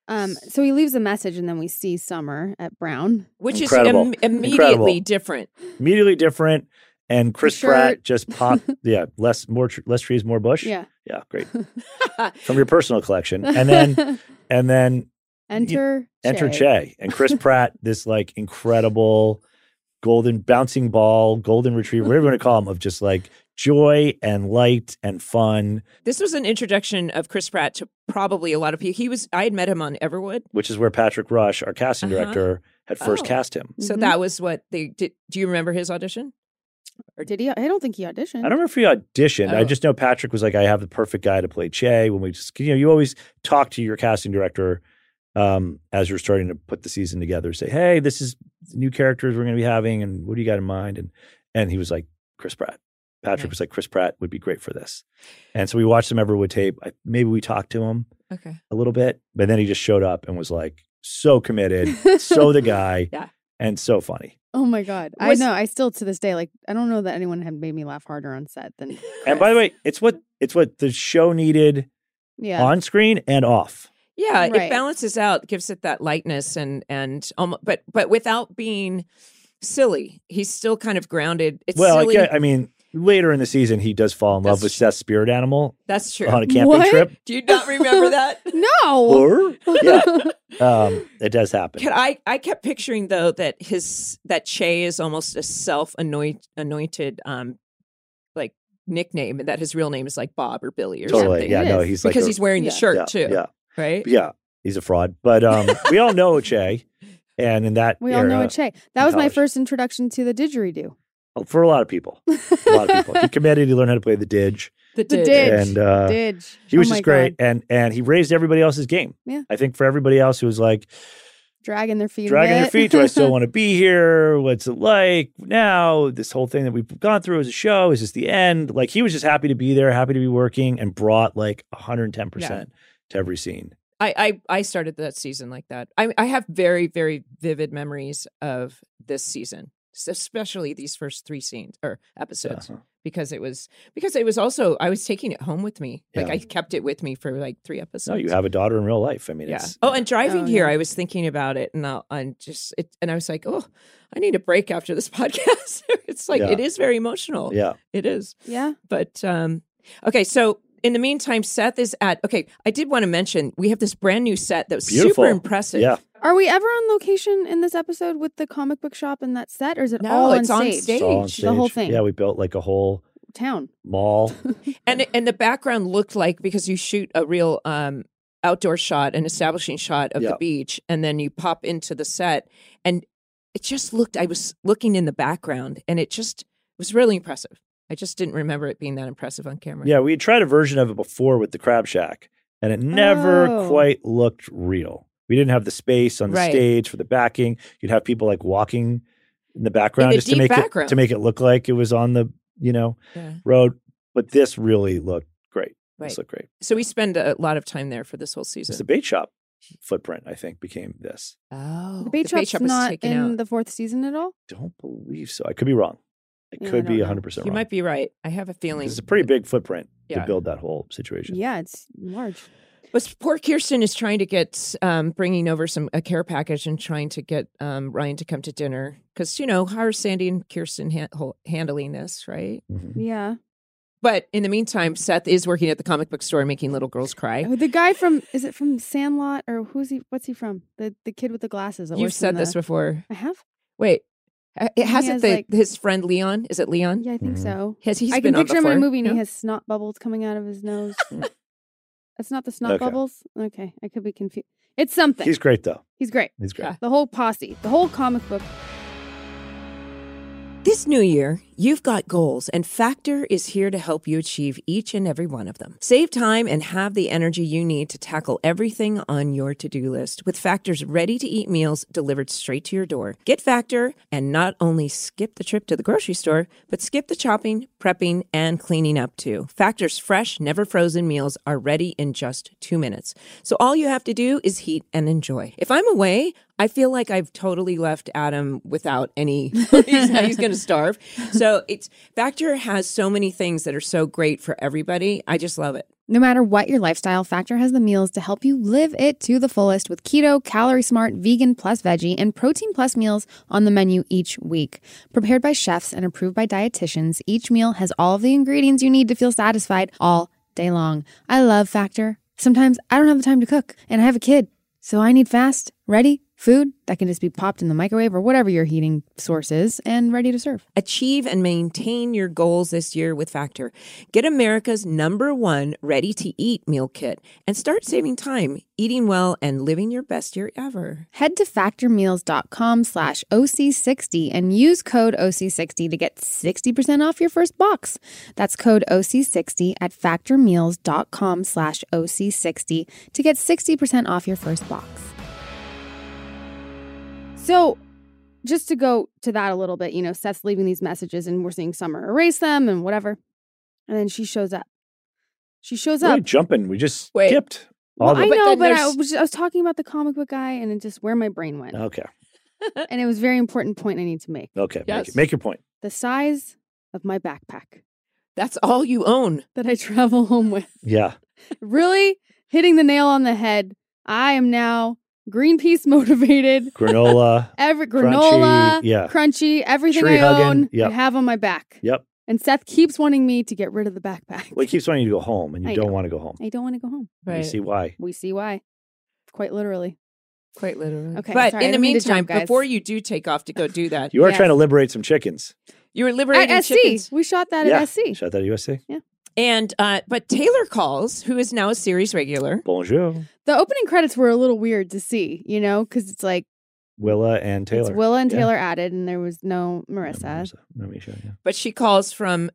Speaker 1: Um, so he leaves a message and then we see Summer at Brown.
Speaker 3: which
Speaker 2: Incredible.
Speaker 3: is im- immediately
Speaker 2: Incredible.
Speaker 3: different.
Speaker 2: Immediately different, and Chris
Speaker 1: sure.
Speaker 2: Pratt just popped. yeah, less more tr- less trees, more bush.
Speaker 1: Yeah.
Speaker 2: yeah, great from your personal collection, and then and then
Speaker 1: enter
Speaker 2: enter Che and Chris Pratt, this like incredible golden bouncing ball, golden retriever, whatever you want to call him, of just like joy and light and fun,
Speaker 3: This was an introduction of Chris Pratt to probably a lot of people. He was I had met him on Everwood,
Speaker 2: which is where Patrick Rush, our casting
Speaker 3: Uh-huh.
Speaker 2: director, had first
Speaker 3: Oh.
Speaker 2: cast him.
Speaker 3: so
Speaker 1: Mhm.
Speaker 3: that was what they did. Do you remember his audition?
Speaker 1: Did he? I don't think he auditioned.
Speaker 2: I don't remember if he auditioned. I
Speaker 3: Oh.
Speaker 2: just know Patrick was like, I have the perfect guy to play Che. When we just, you know, you always talk to your casting director um, as you're starting to put the season together, say, hey, this is new characters we're going to be having, and what do you got in mind? And and he was like, Chris Pratt. Patrick
Speaker 3: Nice.
Speaker 2: was like, Chris Pratt would be great for this. And so we watched some Everwood tape. I, maybe we talked to him
Speaker 3: Okay.
Speaker 2: a little bit, but then he just showed up and was like, so committed, so the guy,
Speaker 3: Yeah.
Speaker 2: and so funny.
Speaker 1: Oh my god!
Speaker 3: Was-
Speaker 1: I know. I still to this day like I don't know that anyone had made me laugh harder on set than.
Speaker 2: And by the way, it's what it's what the show needed
Speaker 1: yeah,
Speaker 2: on screen and off.
Speaker 3: Yeah,
Speaker 1: Right.
Speaker 3: it balances out, gives it that lightness and and um, but but without being silly. He's still kind of grounded. It's
Speaker 2: well,
Speaker 3: silly.
Speaker 2: yeah, I mean, later in the season, he does fall in love
Speaker 3: That's
Speaker 2: with
Speaker 3: tr-
Speaker 2: Seth's spirit animal
Speaker 3: That's true.
Speaker 2: on a camping
Speaker 1: What?
Speaker 2: trip.
Speaker 3: Do you not remember that?
Speaker 1: no.
Speaker 2: Or, yeah, um, it does happen.
Speaker 3: Can I I kept picturing though that his that Che is almost a self anoint anointed um like nickname and that his real name is like Bob or Billy or
Speaker 2: totally.
Speaker 3: something.
Speaker 2: Yeah,
Speaker 1: It
Speaker 2: no,
Speaker 1: is.
Speaker 2: he's like
Speaker 3: because
Speaker 2: a-
Speaker 3: he's wearing the
Speaker 1: Yeah.
Speaker 3: shirt
Speaker 2: yeah,
Speaker 3: too.
Speaker 2: Yeah,
Speaker 3: Right?
Speaker 2: yeah, he's a fraud. But um, we all know Che, and in that
Speaker 1: We all
Speaker 2: era,
Speaker 1: know a Che. That was my
Speaker 2: college.
Speaker 1: first introduction to the didgeridoo.
Speaker 2: for a lot of people, a lot of people, he committed. He learned how to play the didge,
Speaker 1: The
Speaker 3: The, did.
Speaker 1: did. Didge.
Speaker 2: and uh,
Speaker 1: Didge.
Speaker 2: he was
Speaker 1: Oh my
Speaker 2: just great.
Speaker 1: God.
Speaker 2: And and he raised everybody else's game.
Speaker 1: Yeah.
Speaker 2: I think for everybody else who was like,
Speaker 1: Dragging their feet. a
Speaker 2: dragging their
Speaker 1: bit.
Speaker 2: feet. Do I still want to be here? What's it like now? This whole thing that we've gone through as a show is this the end? Like he was just happy to be there, happy to be working, and brought like 110 percent to every scene.
Speaker 3: I, I I started that season like that. I I have very very vivid memories of this season, s- especially these first three scenes or episodes
Speaker 2: Uh-huh.
Speaker 3: because it was because it was also I was taking it home with me. Like
Speaker 2: Yeah.
Speaker 3: I kept it with me for like three
Speaker 2: No,
Speaker 3: episodes.
Speaker 2: you have a daughter in real life. I mean,
Speaker 3: Yeah.
Speaker 2: it's
Speaker 3: Oh, and driving
Speaker 1: Oh,
Speaker 3: here,
Speaker 1: yeah.
Speaker 3: I was thinking about it, and I'll, and just it, and I was like, oh, I need a break after this podcast. it's like
Speaker 2: Yeah.
Speaker 3: it is very emotional.
Speaker 1: Oh,
Speaker 2: yeah,
Speaker 3: It is.
Speaker 1: Yeah.
Speaker 3: But um okay, so in the meantime, Seth is at okay, I did want to mention we have this brand new set that was
Speaker 2: Beautiful.
Speaker 3: super impressive.
Speaker 2: yeah.
Speaker 1: Are we ever on location in this episode with the comic book shop and that set, or is it
Speaker 3: No,
Speaker 1: all
Speaker 3: it's
Speaker 1: on
Speaker 3: on
Speaker 1: stage?
Speaker 2: It's all on
Speaker 3: Stage,
Speaker 1: the whole
Speaker 2: stage.
Speaker 1: thing.
Speaker 2: Yeah, we built like a whole
Speaker 1: Town.
Speaker 2: mall.
Speaker 3: And and the background looked like because you shoot a real um outdoor shot, an establishing shot of
Speaker 2: Yeah.
Speaker 3: the beach, and then you pop into the set and it just looked I was looking in the background and it just was really impressive. I just didn't remember it being that impressive on camera.
Speaker 2: yeah, we had tried a version of it before with the Crab Shack, and it never
Speaker 1: Oh.
Speaker 2: quite looked real. We didn't have the space on the
Speaker 3: Right.
Speaker 2: stage for the backing. You'd have people like walking in the background
Speaker 3: the
Speaker 2: just to
Speaker 3: deep
Speaker 2: make it
Speaker 3: background.
Speaker 2: to make it look like it was on the you know
Speaker 3: Yeah,
Speaker 2: road. But this really looked great.
Speaker 3: right.
Speaker 2: This looked great.
Speaker 3: So we spend a lot of time there for this whole
Speaker 2: It's
Speaker 3: season.
Speaker 2: the bait shop footprint. I think became this.
Speaker 3: oh,
Speaker 1: the bait shop's
Speaker 3: shop was
Speaker 1: not
Speaker 3: taken
Speaker 1: in
Speaker 3: out.
Speaker 1: the fourth season at all.
Speaker 2: Don't believe so. I could be wrong. It
Speaker 1: Yeah, I
Speaker 2: could
Speaker 1: don't
Speaker 2: be
Speaker 1: know.
Speaker 2: hundred percent
Speaker 3: You
Speaker 2: wrong.
Speaker 3: might be right. I have a feeling
Speaker 2: It's a pretty big footprint to
Speaker 3: Yeah.
Speaker 2: build that whole situation.
Speaker 1: Yeah, it's large.
Speaker 3: But poor Kirsten is trying to get um, bringing over some a care package and trying to get um, Ryan to come to dinner because you know how are Sandy and Kirsten han- hol- handling this, right?
Speaker 2: Mhm.
Speaker 1: Yeah.
Speaker 3: But in the meantime, Seth is working at the comic book store making little girls cry.
Speaker 1: Oh, the guy from is it from Sandlot or who's he? What's he from? The the kid with the glasses. that
Speaker 3: You've
Speaker 1: works in
Speaker 3: said this
Speaker 1: the-
Speaker 3: before.
Speaker 1: I have.
Speaker 3: Wait, uh, it
Speaker 1: he
Speaker 3: hasn't
Speaker 1: has,
Speaker 3: the,
Speaker 1: like-
Speaker 3: his friend Leon? Is it Leon?
Speaker 1: Yeah, I think
Speaker 2: Mhm.
Speaker 1: so.
Speaker 3: Has he
Speaker 1: I can
Speaker 3: been on
Speaker 1: picture him in
Speaker 3: before?
Speaker 1: a movie and
Speaker 3: No?
Speaker 1: he has snot bubbles coming out of his nose. It's not the snot
Speaker 2: Mm. Okay.
Speaker 1: bubbles. Okay, I could be confused. It's something.
Speaker 2: He's great though.
Speaker 1: He's great.
Speaker 2: He's great.
Speaker 3: Yeah.
Speaker 1: The whole posse, the whole comic book.
Speaker 3: This new year, you've got goals, and Factor is here to help you achieve each and every one of them. Save time and have the energy you need to tackle everything on your to do list with Factor's ready to eat meals delivered straight to your door. Get Factor and not only skip the trip to the grocery store, but skip the chopping, prepping, and cleaning up too. Factor's fresh, never frozen meals are ready in just two minutes. So all you have to do is heat and enjoy. If I'm away, I feel like I've totally left Adam without any. he's he's going to starve. So it's Factor has so many things that are so great for everybody. I just love it.
Speaker 1: No matter what your lifestyle, Factor has the meals to help you live it to the fullest with keto, calorie smart, vegan plus veggie, and protein plus meals on the menu each week. Prepared by chefs and approved by dietitians, each meal has all of the ingredients you need to feel satisfied all day long. I love Factor. Sometimes I don't have the time to cook, and I have a kid, so I need fast, ready food that can just be popped in the microwave or whatever your heating source is and ready to serve.
Speaker 3: Achieve and maintain your goals this year with Factor. Get America's number one ready to eat meal kit and start saving time, eating well, and living your best year ever.
Speaker 1: Head to factormeals.com slash OC60 and use code OC60 to get 60% off your first box. That's code OC60 at factormeals.com slash OC60 to get 60% off your first box. So, just to go to that a little bit, you know, Seth's leaving these messages and we're seeing Summer erase them and whatever. And then she shows up. She shows
Speaker 2: Really
Speaker 1: up.
Speaker 2: jumping. We just
Speaker 3: Wait.
Speaker 2: skipped all
Speaker 1: Well,
Speaker 2: the.
Speaker 1: I
Speaker 3: But
Speaker 1: know,
Speaker 3: then
Speaker 1: but I
Speaker 3: there's-
Speaker 1: was, I was talking about the comic book guy and it just where my brain went
Speaker 2: Okay.
Speaker 1: and it was a very important point I need to make.
Speaker 2: Okay. Make,
Speaker 3: Yes.
Speaker 2: it- make your point.
Speaker 1: The size of my backpack
Speaker 3: That's all you own.
Speaker 1: that I travel home with.
Speaker 2: Yeah.
Speaker 1: Really hitting the nail on the head. I am now Greenpeace motivated.
Speaker 2: Granola.
Speaker 1: Every granola,
Speaker 2: Crunchy, yeah.
Speaker 1: crunchy, everything
Speaker 2: Tree
Speaker 1: I
Speaker 2: hugging,
Speaker 1: own,
Speaker 2: yep.
Speaker 1: I have on my back.
Speaker 2: Yep.
Speaker 1: And Seth keeps wanting me to get rid of the backpack.
Speaker 2: Well, he keeps wanting you to go home, and you
Speaker 1: I
Speaker 2: don't
Speaker 1: know.
Speaker 2: want to go home.
Speaker 1: I don't want to go home.
Speaker 2: You see why?
Speaker 1: We see why, quite literally.
Speaker 3: Quite literally.
Speaker 1: Okay,
Speaker 3: but
Speaker 1: sorry, I
Speaker 3: in the
Speaker 1: didn't mean to
Speaker 3: meantime,
Speaker 1: jump, guys.
Speaker 3: before you do take off to go do that,
Speaker 2: You are
Speaker 1: Yes.
Speaker 2: trying to liberate some chickens.
Speaker 3: you were liberating
Speaker 1: At SC,
Speaker 3: chickens.
Speaker 1: we shot that
Speaker 2: yeah.
Speaker 1: at SC.
Speaker 2: Shout out to USC.
Speaker 3: And uh, but Taylor calls, who is now a series regular.
Speaker 2: Bonjour,
Speaker 1: The opening credits were a little weird to see, you know, because it's like
Speaker 2: Willa and Taylor.
Speaker 1: it's Willa and
Speaker 2: Yeah.
Speaker 1: Taylor added, and there was no
Speaker 2: No,
Speaker 1: Marissa.
Speaker 2: No, Misha, yeah.
Speaker 3: but she calls from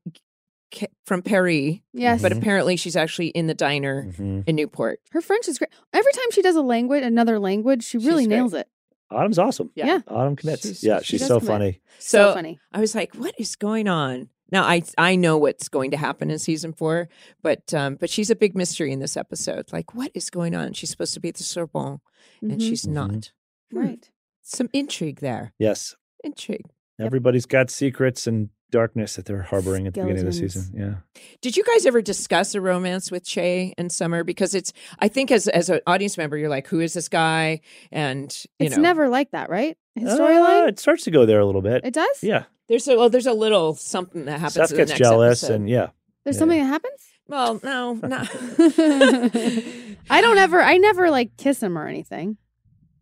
Speaker 3: K- from Paris,
Speaker 1: Yes.
Speaker 3: but apparently she's actually in the diner
Speaker 2: Mhm.
Speaker 3: in Newport.
Speaker 1: Her French is great. Every time she does a language, another language, she really
Speaker 3: She's great.
Speaker 1: nails it.
Speaker 2: Autumn's awesome.
Speaker 3: Yeah.
Speaker 1: Yeah.
Speaker 2: Autumn commits.
Speaker 3: She's-
Speaker 2: yeah,
Speaker 3: she
Speaker 2: she's
Speaker 1: does
Speaker 2: so
Speaker 1: commit.
Speaker 2: funny.
Speaker 1: So,
Speaker 3: So,
Speaker 1: funny.
Speaker 3: I was like, "What is going on?" Now I I know what's going to happen in season four, but um, but she's a big mystery in this episode. Like, what is going on? She's supposed to be at the Sorbonne, and
Speaker 1: Mhm.
Speaker 3: she's
Speaker 2: Mhm.
Speaker 3: not. Hmm.
Speaker 1: right.
Speaker 3: Some intrigue there.
Speaker 2: Yes,
Speaker 3: Intrigue.
Speaker 2: everybody's got secrets and darkness that they're harboring at the beginning of the
Speaker 1: Skeletons.
Speaker 2: season. Yeah,
Speaker 3: Did you guys ever discuss a romance with Che and Summer? Because it's, I think, as as an audience member, you're like, who is this guy? And you
Speaker 1: It's
Speaker 3: know,
Speaker 1: never like that, right? His
Speaker 2: Uh,
Speaker 1: storyline.
Speaker 2: it starts to go there a little bit.
Speaker 1: It does.
Speaker 2: yeah,
Speaker 3: there's a well, there's a little something that happens.
Speaker 2: Seth
Speaker 3: in the
Speaker 2: gets
Speaker 3: next
Speaker 2: jealous,
Speaker 3: episode.
Speaker 2: and yeah,
Speaker 1: There's
Speaker 2: Yeah.
Speaker 1: something that happens.
Speaker 3: well, no, not.
Speaker 1: I don't ever. I never like kiss him or anything.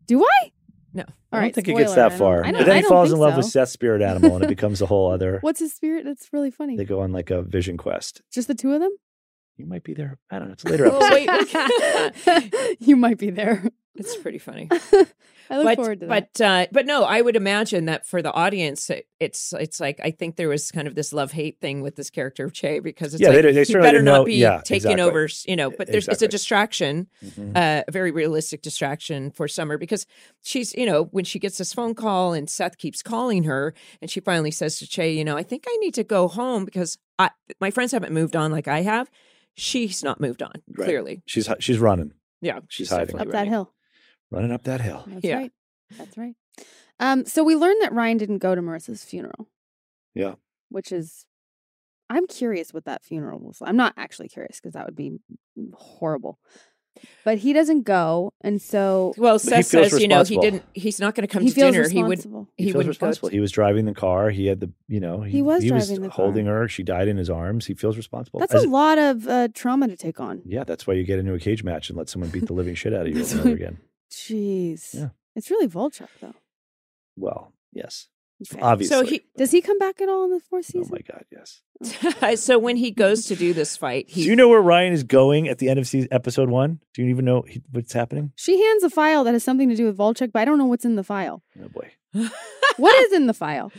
Speaker 1: Do I?
Speaker 3: No.
Speaker 1: All
Speaker 2: I
Speaker 1: right.
Speaker 2: don't think it gets that far.
Speaker 1: I don't,
Speaker 2: but then
Speaker 1: I
Speaker 2: he
Speaker 1: don't
Speaker 2: falls
Speaker 1: think
Speaker 2: in love
Speaker 1: so.
Speaker 2: with Seth's spirit animal, and it becomes a whole other.
Speaker 1: What's his spirit? That's really funny.
Speaker 2: They go on like a vision quest.
Speaker 1: Just the two of them.
Speaker 2: You might be there. I don't know. It's a later
Speaker 1: Oh,
Speaker 3: Well,
Speaker 2: episode.
Speaker 3: wait, we-
Speaker 1: you might be there.
Speaker 3: it's pretty funny.
Speaker 1: I look
Speaker 3: but
Speaker 1: forward to that.
Speaker 3: but uh, but no, I would imagine that for the audience, it, it's it's like I think there was kind of this love hate thing with this character of Che because it's
Speaker 2: yeah,
Speaker 3: like
Speaker 2: they, they
Speaker 3: you
Speaker 2: certainly
Speaker 3: better
Speaker 2: didn't
Speaker 3: not
Speaker 2: know.
Speaker 3: be
Speaker 2: yeah,
Speaker 3: taking
Speaker 2: exactly.
Speaker 3: over, you know. But there's it's a
Speaker 2: Exactly.
Speaker 3: distraction,
Speaker 2: Mhm.
Speaker 3: uh, a very realistic distraction for Summer because she's you know when she gets this phone call and Seth keeps calling her and she finally says to Che, you know, I think I need to go home because I my friends haven't moved on like I have. She's not moved on
Speaker 2: Right.
Speaker 3: clearly.
Speaker 2: She's hi- she's running,
Speaker 3: Yeah,
Speaker 2: She's hiding.
Speaker 3: definitely
Speaker 1: up that
Speaker 3: running.
Speaker 1: hill.
Speaker 2: running up that hill.
Speaker 1: That's
Speaker 3: Yeah.
Speaker 1: right. That's right. Um, so we learned that Ryan didn't go to Marissa's funeral.
Speaker 2: Yeah.
Speaker 1: Which is, I'm curious what that funeral was. I'm not actually curious because that would be horrible. But he doesn't go, and so
Speaker 3: Well,
Speaker 2: he
Speaker 3: Seth
Speaker 2: feels
Speaker 3: says, you know, he
Speaker 2: responsible.
Speaker 3: didn't. He's not going to come
Speaker 1: he
Speaker 3: to
Speaker 1: feels
Speaker 3: dinner. He would.
Speaker 1: responsible.
Speaker 2: He,
Speaker 3: He,
Speaker 2: was
Speaker 3: wouldn't go.
Speaker 2: responsible. He was driving the car. He had the, you know, he,
Speaker 1: He was
Speaker 2: he was
Speaker 1: driving the car.
Speaker 2: holding her. She died in his arms. He feels responsible.
Speaker 1: That's
Speaker 2: As- Mm.
Speaker 1: a lot of uh, trauma to take on.
Speaker 2: yeah, that's why you get into a cage match and let someone beat the living shit out of you
Speaker 1: That's
Speaker 2: over and over
Speaker 1: what-
Speaker 2: again.
Speaker 1: Jeez,
Speaker 2: Yeah.
Speaker 1: it's really Volchuk though.
Speaker 2: Well, yes.
Speaker 1: Okay.
Speaker 2: obviously.
Speaker 3: So he
Speaker 1: Does he come back at all in the fourth
Speaker 2: oh
Speaker 1: season? Oh.
Speaker 2: my god, yes.
Speaker 3: so when he goes to do this fight, he
Speaker 2: Do you know where Ryan is going at the end of season, episode one? Do you even know he, what's happening?
Speaker 1: she hands a file that has something to do with Volchek, but I don't know what's in the file.
Speaker 2: Oh boy,
Speaker 1: What is in the file?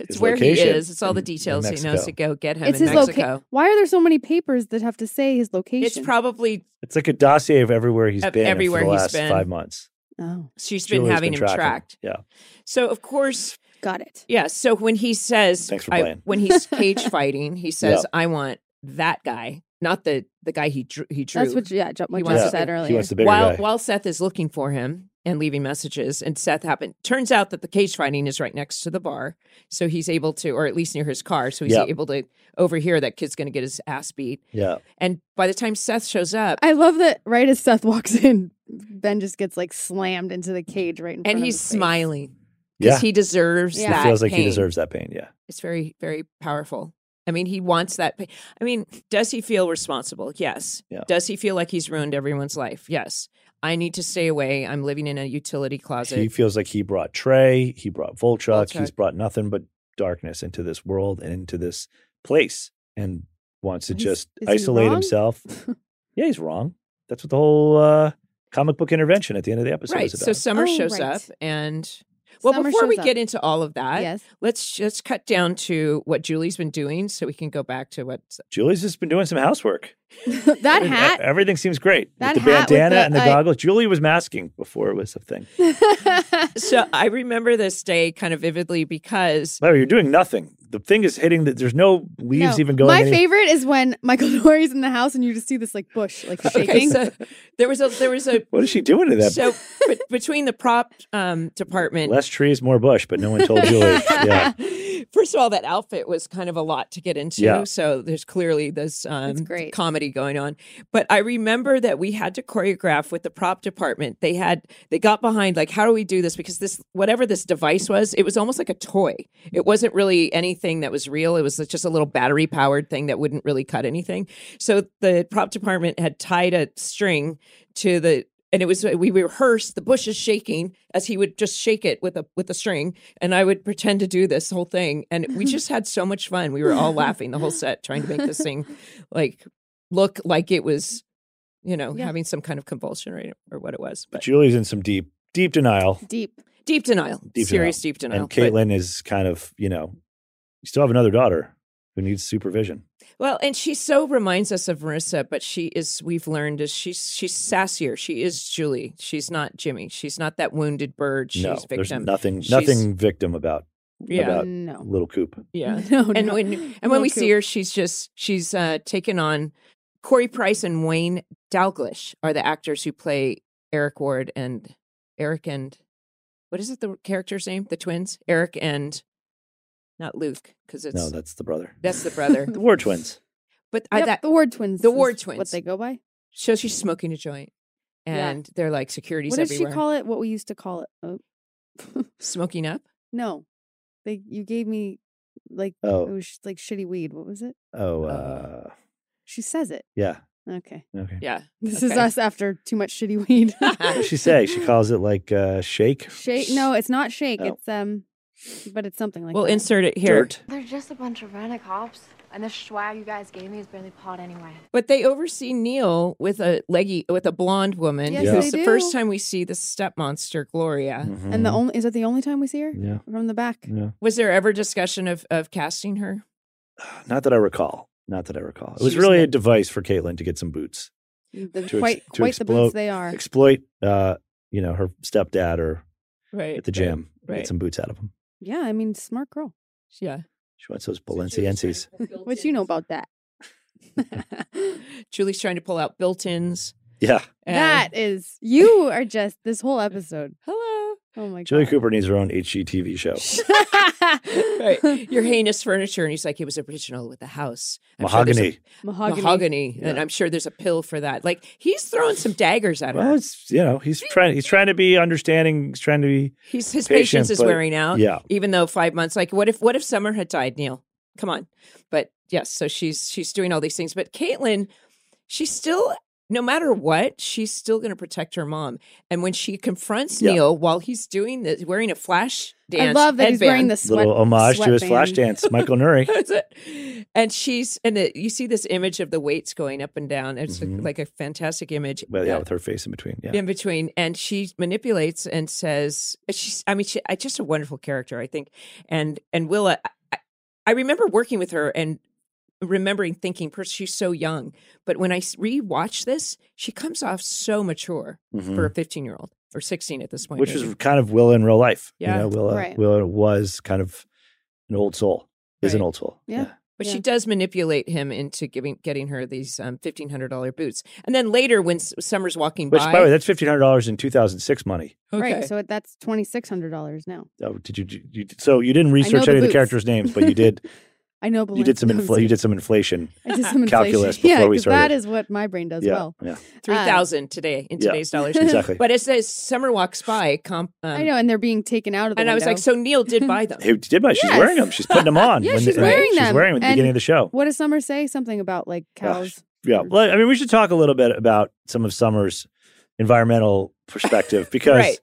Speaker 3: it's
Speaker 2: His
Speaker 3: where he
Speaker 2: location
Speaker 3: is. It's all the
Speaker 2: in- in
Speaker 3: details he knows
Speaker 2: Mexico.
Speaker 3: to go get him
Speaker 1: it's
Speaker 3: in
Speaker 1: his
Speaker 3: Mexico.
Speaker 1: location. Why are there so many papers that have to say his location?
Speaker 3: It's probably
Speaker 2: it's like a dossier of everywhere he's
Speaker 3: Of
Speaker 2: been
Speaker 3: everywhere
Speaker 2: for the
Speaker 3: he's
Speaker 2: last
Speaker 3: been.
Speaker 2: five months.
Speaker 1: oh,
Speaker 3: she's
Speaker 2: Julie's
Speaker 3: been having him
Speaker 2: tracking
Speaker 3: tracked.
Speaker 2: Yeah,
Speaker 3: So of course,
Speaker 1: got it.
Speaker 3: yeah. So when he says,
Speaker 2: Thanks for
Speaker 3: I-
Speaker 2: playing.
Speaker 3: when he's cage fighting, he says, "I want that guy, not the the guy he drew." He drew.
Speaker 1: That's what yeah, ju- what
Speaker 3: He
Speaker 1: you
Speaker 3: wants-
Speaker 1: said
Speaker 2: he
Speaker 1: earlier.
Speaker 2: wants the bigger
Speaker 3: while
Speaker 2: guy.
Speaker 3: while Seth is looking for him and leaving messages, and Seth happened. Turns out that the cage fighting is right next to the bar, so he's able to, or at least near his car, so he's
Speaker 2: Yeah.
Speaker 3: able to overhear that kid's going to get his ass beat.
Speaker 2: yeah,
Speaker 3: And by the time Seth shows up,
Speaker 1: I love that. Right as Seth walks in, Ben just gets like slammed into the cage right in front.
Speaker 3: and
Speaker 1: of
Speaker 3: he's
Speaker 1: his face.
Speaker 3: smiling because
Speaker 2: yeah.
Speaker 3: he deserves
Speaker 1: Yeah. He
Speaker 3: that.
Speaker 2: it feels like he
Speaker 3: pain.
Speaker 2: deserves that pain. Yeah,
Speaker 3: It's very very powerful. I mean, he wants that. Pain. I mean, does he feel responsible? Yes.
Speaker 2: Yeah.
Speaker 3: Does he feel like he's ruined everyone's life? Yes. I need to stay away. I'm living in a utility closet.
Speaker 2: he feels like he brought Trey, he brought Volchuk, he's
Speaker 3: Volchuk.
Speaker 2: brought nothing but darkness into this world and into this place, and wants to
Speaker 1: He's-
Speaker 2: just
Speaker 1: is he
Speaker 2: isolate
Speaker 1: wrong?
Speaker 2: himself. Yeah, he's wrong. That's what the whole uh, comic book intervention at the end of the episode
Speaker 3: right.
Speaker 2: is about.
Speaker 3: So Summer
Speaker 1: Oh,
Speaker 3: shows
Speaker 1: right.
Speaker 3: up and well
Speaker 1: Summer
Speaker 3: before we
Speaker 1: shows up.
Speaker 3: get uh, into all of that,
Speaker 1: yes,
Speaker 3: let's just cut down to what Julie's been doing so we can go back to what
Speaker 2: Julie's just been doing some housework.
Speaker 1: that
Speaker 2: E-
Speaker 1: hat.
Speaker 2: Everything seems great.
Speaker 1: That
Speaker 2: with the
Speaker 1: hat with
Speaker 2: bandana
Speaker 1: the,
Speaker 2: and the
Speaker 1: uh,
Speaker 2: goggles. Julie was masking before it was a thing.
Speaker 3: So I remember this day kind of vividly because
Speaker 2: Larry, you're doing nothing. The thing is hitting that there's no leaves
Speaker 1: No.
Speaker 2: even going.
Speaker 1: My
Speaker 2: any-
Speaker 1: favorite is when Michael Dory's in the house and you just see this like bush like
Speaker 3: okay,
Speaker 1: shaking.
Speaker 3: so uh, there was a there was a
Speaker 2: What is she doing to that?
Speaker 3: so bet- between the prop um, department
Speaker 2: Less trees, more bush, but no one told Julie. yeah.
Speaker 3: First of all, that outfit was kind of a lot to get into.
Speaker 2: Yeah.
Speaker 3: So there's clearly this um,
Speaker 1: great.
Speaker 3: comedy going on. But I remember that we had to choreograph with the prop department. They had they got behind like, how do we do this? Because this whatever this device was, it was almost like a toy. It wasn't really anything that was real. It was just a little battery powered thing that wouldn't really cut anything. So the prop department had tied a string to the and it was we rehearsed the bushes shaking as he would just shake it with a with a string and I would pretend to do this whole thing and we just had so much fun. We were all laughing the whole set trying to make this thing like look like it was you know
Speaker 1: Yeah.
Speaker 3: having some kind of convulsion right or what it was. But
Speaker 2: Julie's in some deep, deep denial.
Speaker 1: Deep.
Speaker 3: deep denial.
Speaker 2: Deep
Speaker 3: serious deep denial.
Speaker 2: and
Speaker 3: But-
Speaker 2: Caitlin is kind of, you know, you still have another daughter who needs supervision.
Speaker 3: Well, and she so reminds us of Marissa, but she is we've learned is she's she's sassier. She is Julie. She's not Jimmy. She's not that wounded bird. She's
Speaker 2: no, there's
Speaker 3: victim.
Speaker 2: nothing,
Speaker 3: She's-
Speaker 2: nothing victim about
Speaker 3: yeah.
Speaker 2: about- Uh,
Speaker 1: no.
Speaker 2: little Coop.
Speaker 3: yeah.
Speaker 1: No.
Speaker 3: And
Speaker 1: no.
Speaker 3: when and when
Speaker 1: Little
Speaker 3: we see
Speaker 1: Coop.
Speaker 3: her, she's just she's uh taken on Corey Price and Wayne Dalglish are the actors who play Eric Ward and Eric and what is it the character's name? The twins? Eric and not Luke, because it's
Speaker 2: No, that's the brother.
Speaker 3: that's the brother.
Speaker 2: The Ward twins.
Speaker 3: but I,
Speaker 1: Yep,
Speaker 3: uh, that
Speaker 1: the Ward twins.
Speaker 3: the
Speaker 1: is
Speaker 3: Ward
Speaker 1: What
Speaker 3: twins.
Speaker 1: they go by?
Speaker 3: So she's smoking a joint,
Speaker 1: Yeah.
Speaker 3: and they're like securities
Speaker 1: What did
Speaker 3: everywhere.
Speaker 1: she call it? What we used to call it? Oh.
Speaker 3: smoking up?
Speaker 1: no, they you gave me like it
Speaker 2: Oh,
Speaker 1: was sh- like shitty weed. What was it?
Speaker 2: oh,
Speaker 3: Uh,
Speaker 2: uh,
Speaker 1: She says it.
Speaker 2: yeah.
Speaker 1: Okay,
Speaker 2: Okay.
Speaker 3: Yeah,
Speaker 1: this is
Speaker 3: Okay.
Speaker 1: us after too much shitty weed.
Speaker 3: What
Speaker 2: What does she say? She calls it like uh, shake.
Speaker 1: shake. No, it's not shake.
Speaker 2: Oh.
Speaker 1: It's um, but it's something like.
Speaker 3: we'll
Speaker 1: that.
Speaker 3: insert it here.
Speaker 2: Dirt.
Speaker 4: They're just a bunch of rented cops, and the swag you guys gave me is barely pot anyway.
Speaker 3: But they oversee Neil with a leggy, with a blonde woman.
Speaker 1: Yes,
Speaker 2: Yeah. Mm.
Speaker 3: It's
Speaker 1: they
Speaker 3: the first
Speaker 1: do.
Speaker 3: time we see the step monster Gloria.
Speaker 1: And the only is that the only time we see her
Speaker 2: Mhm. Mm-hmm. yeah,
Speaker 1: from the back?
Speaker 2: yeah.
Speaker 3: Was there ever discussion of of casting her?
Speaker 2: Not that I recall. Not that I recall. It
Speaker 3: She
Speaker 2: was
Speaker 3: was
Speaker 2: really
Speaker 3: the-
Speaker 2: a device for Caitlin to get some boots.
Speaker 1: Mm, The,
Speaker 2: To ex-
Speaker 1: quite quite
Speaker 2: to
Speaker 1: the
Speaker 2: explode-
Speaker 1: boots they are.
Speaker 2: Exploit, uh, you know, her stepdad or
Speaker 3: Right
Speaker 2: at the gym.
Speaker 3: right.
Speaker 2: Get some boots out of him.
Speaker 1: yeah, I mean, smart girl.
Speaker 3: Yeah,
Speaker 2: She wants those Balenciennes.
Speaker 1: What you know about that?
Speaker 3: Julie's trying to pull out built-ins.
Speaker 2: Yeah.
Speaker 3: and-
Speaker 1: that is you are just this whole episode.
Speaker 3: hello.
Speaker 1: Oh my god.
Speaker 2: Julie Cooper needs her own HGTV show.
Speaker 3: Right. Your heinous furniture, and he's like, it was original with the house. I'm sure there's a-
Speaker 2: Mahogany.
Speaker 1: Mahogany.
Speaker 3: mahogany, and
Speaker 2: Yeah.
Speaker 3: I'm sure there's a pill for that. Like he's throwing some daggers at her.
Speaker 2: Well, it's you know he's trying he's trying to be understanding. He's trying to be
Speaker 3: He's his
Speaker 2: patient,
Speaker 3: patience is
Speaker 2: but-
Speaker 3: wearing out.
Speaker 2: yeah.
Speaker 3: Even though five months, like what if what if Summer had died, Neil? Come on. But yes, so she's she's doing all these things. But Caitlin, she's still no matter what, she's still going to protect her mom. And when she confronts
Speaker 2: Yeah.
Speaker 3: Neil while he's doing this, wearing a flash dance,
Speaker 1: I love that he's wearing the sweat.
Speaker 2: Little homage to his
Speaker 1: sweatband.
Speaker 2: flash dance, Michael Nuri.
Speaker 3: That's it. And she's and it, you see this image of the weights going up and down. It's
Speaker 2: Mhm.
Speaker 3: like, like a fantastic image.
Speaker 2: Well, yeah,
Speaker 3: Uh,
Speaker 2: with her face in between. Yeah.
Speaker 3: in between and she manipulates and says she's i mean she I- just a wonderful character i think and and willa I- I, I remember working with her and remembering thinking "Pers- she's so young but when i s- rewatch this she comes off so mature
Speaker 2: Mhm.
Speaker 3: for a 15 year old or 16 at this point
Speaker 2: Which
Speaker 3: maybe.
Speaker 2: is kind of Willa in real life.
Speaker 3: Yeah.
Speaker 2: You know, Willa,
Speaker 1: Right.
Speaker 2: Willa was kind of an old soul, is an
Speaker 3: Right.
Speaker 2: old soul.
Speaker 1: Yeah.
Speaker 3: But
Speaker 1: Yeah.
Speaker 3: she does manipulate him into giving getting her these um, fifteen hundred dollar boots, and then later when S- Summer's walking
Speaker 2: Which,
Speaker 3: by,
Speaker 2: by the way, that's $1,500 in 2006 money.
Speaker 3: Okay.
Speaker 1: Right. So that's twenty six hundred dollars now.
Speaker 2: Oh, did you, you- you? So you didn't research
Speaker 1: the
Speaker 2: any of the
Speaker 1: boots.
Speaker 2: characters' names, but you did.
Speaker 1: I know.
Speaker 2: you did some
Speaker 1: Belinda knows.
Speaker 2: infl- You did some inflation.
Speaker 1: I did some
Speaker 2: calculus
Speaker 1: inflation.
Speaker 2: before
Speaker 1: yeah,
Speaker 2: we
Speaker 1: 'cause That
Speaker 2: started.
Speaker 1: is what my brain does
Speaker 2: yeah,
Speaker 1: well.
Speaker 2: yeah,
Speaker 3: three
Speaker 1: um
Speaker 3: thousand today in
Speaker 2: Yeah.
Speaker 3: today's dollars.
Speaker 2: exactly.
Speaker 3: But it says Summer walks by. Comp, um,
Speaker 1: I know, and they're being taken out of the.
Speaker 3: and I was like,
Speaker 1: window.
Speaker 3: so Neil did buy them.
Speaker 2: Who did buy? She's
Speaker 1: Yes.
Speaker 2: wearing them. She's putting them on.
Speaker 1: Yeah,
Speaker 2: when
Speaker 1: she's
Speaker 2: the-
Speaker 1: wearing
Speaker 2: She's
Speaker 1: them.
Speaker 2: wearing them at the
Speaker 1: And-
Speaker 2: beginning of the show.
Speaker 1: what does Summer say? Something about like cows. Uh,
Speaker 2: Yeah. Well, I mean, we should talk a little bit about some of Summer's environmental perspective because,
Speaker 3: Right.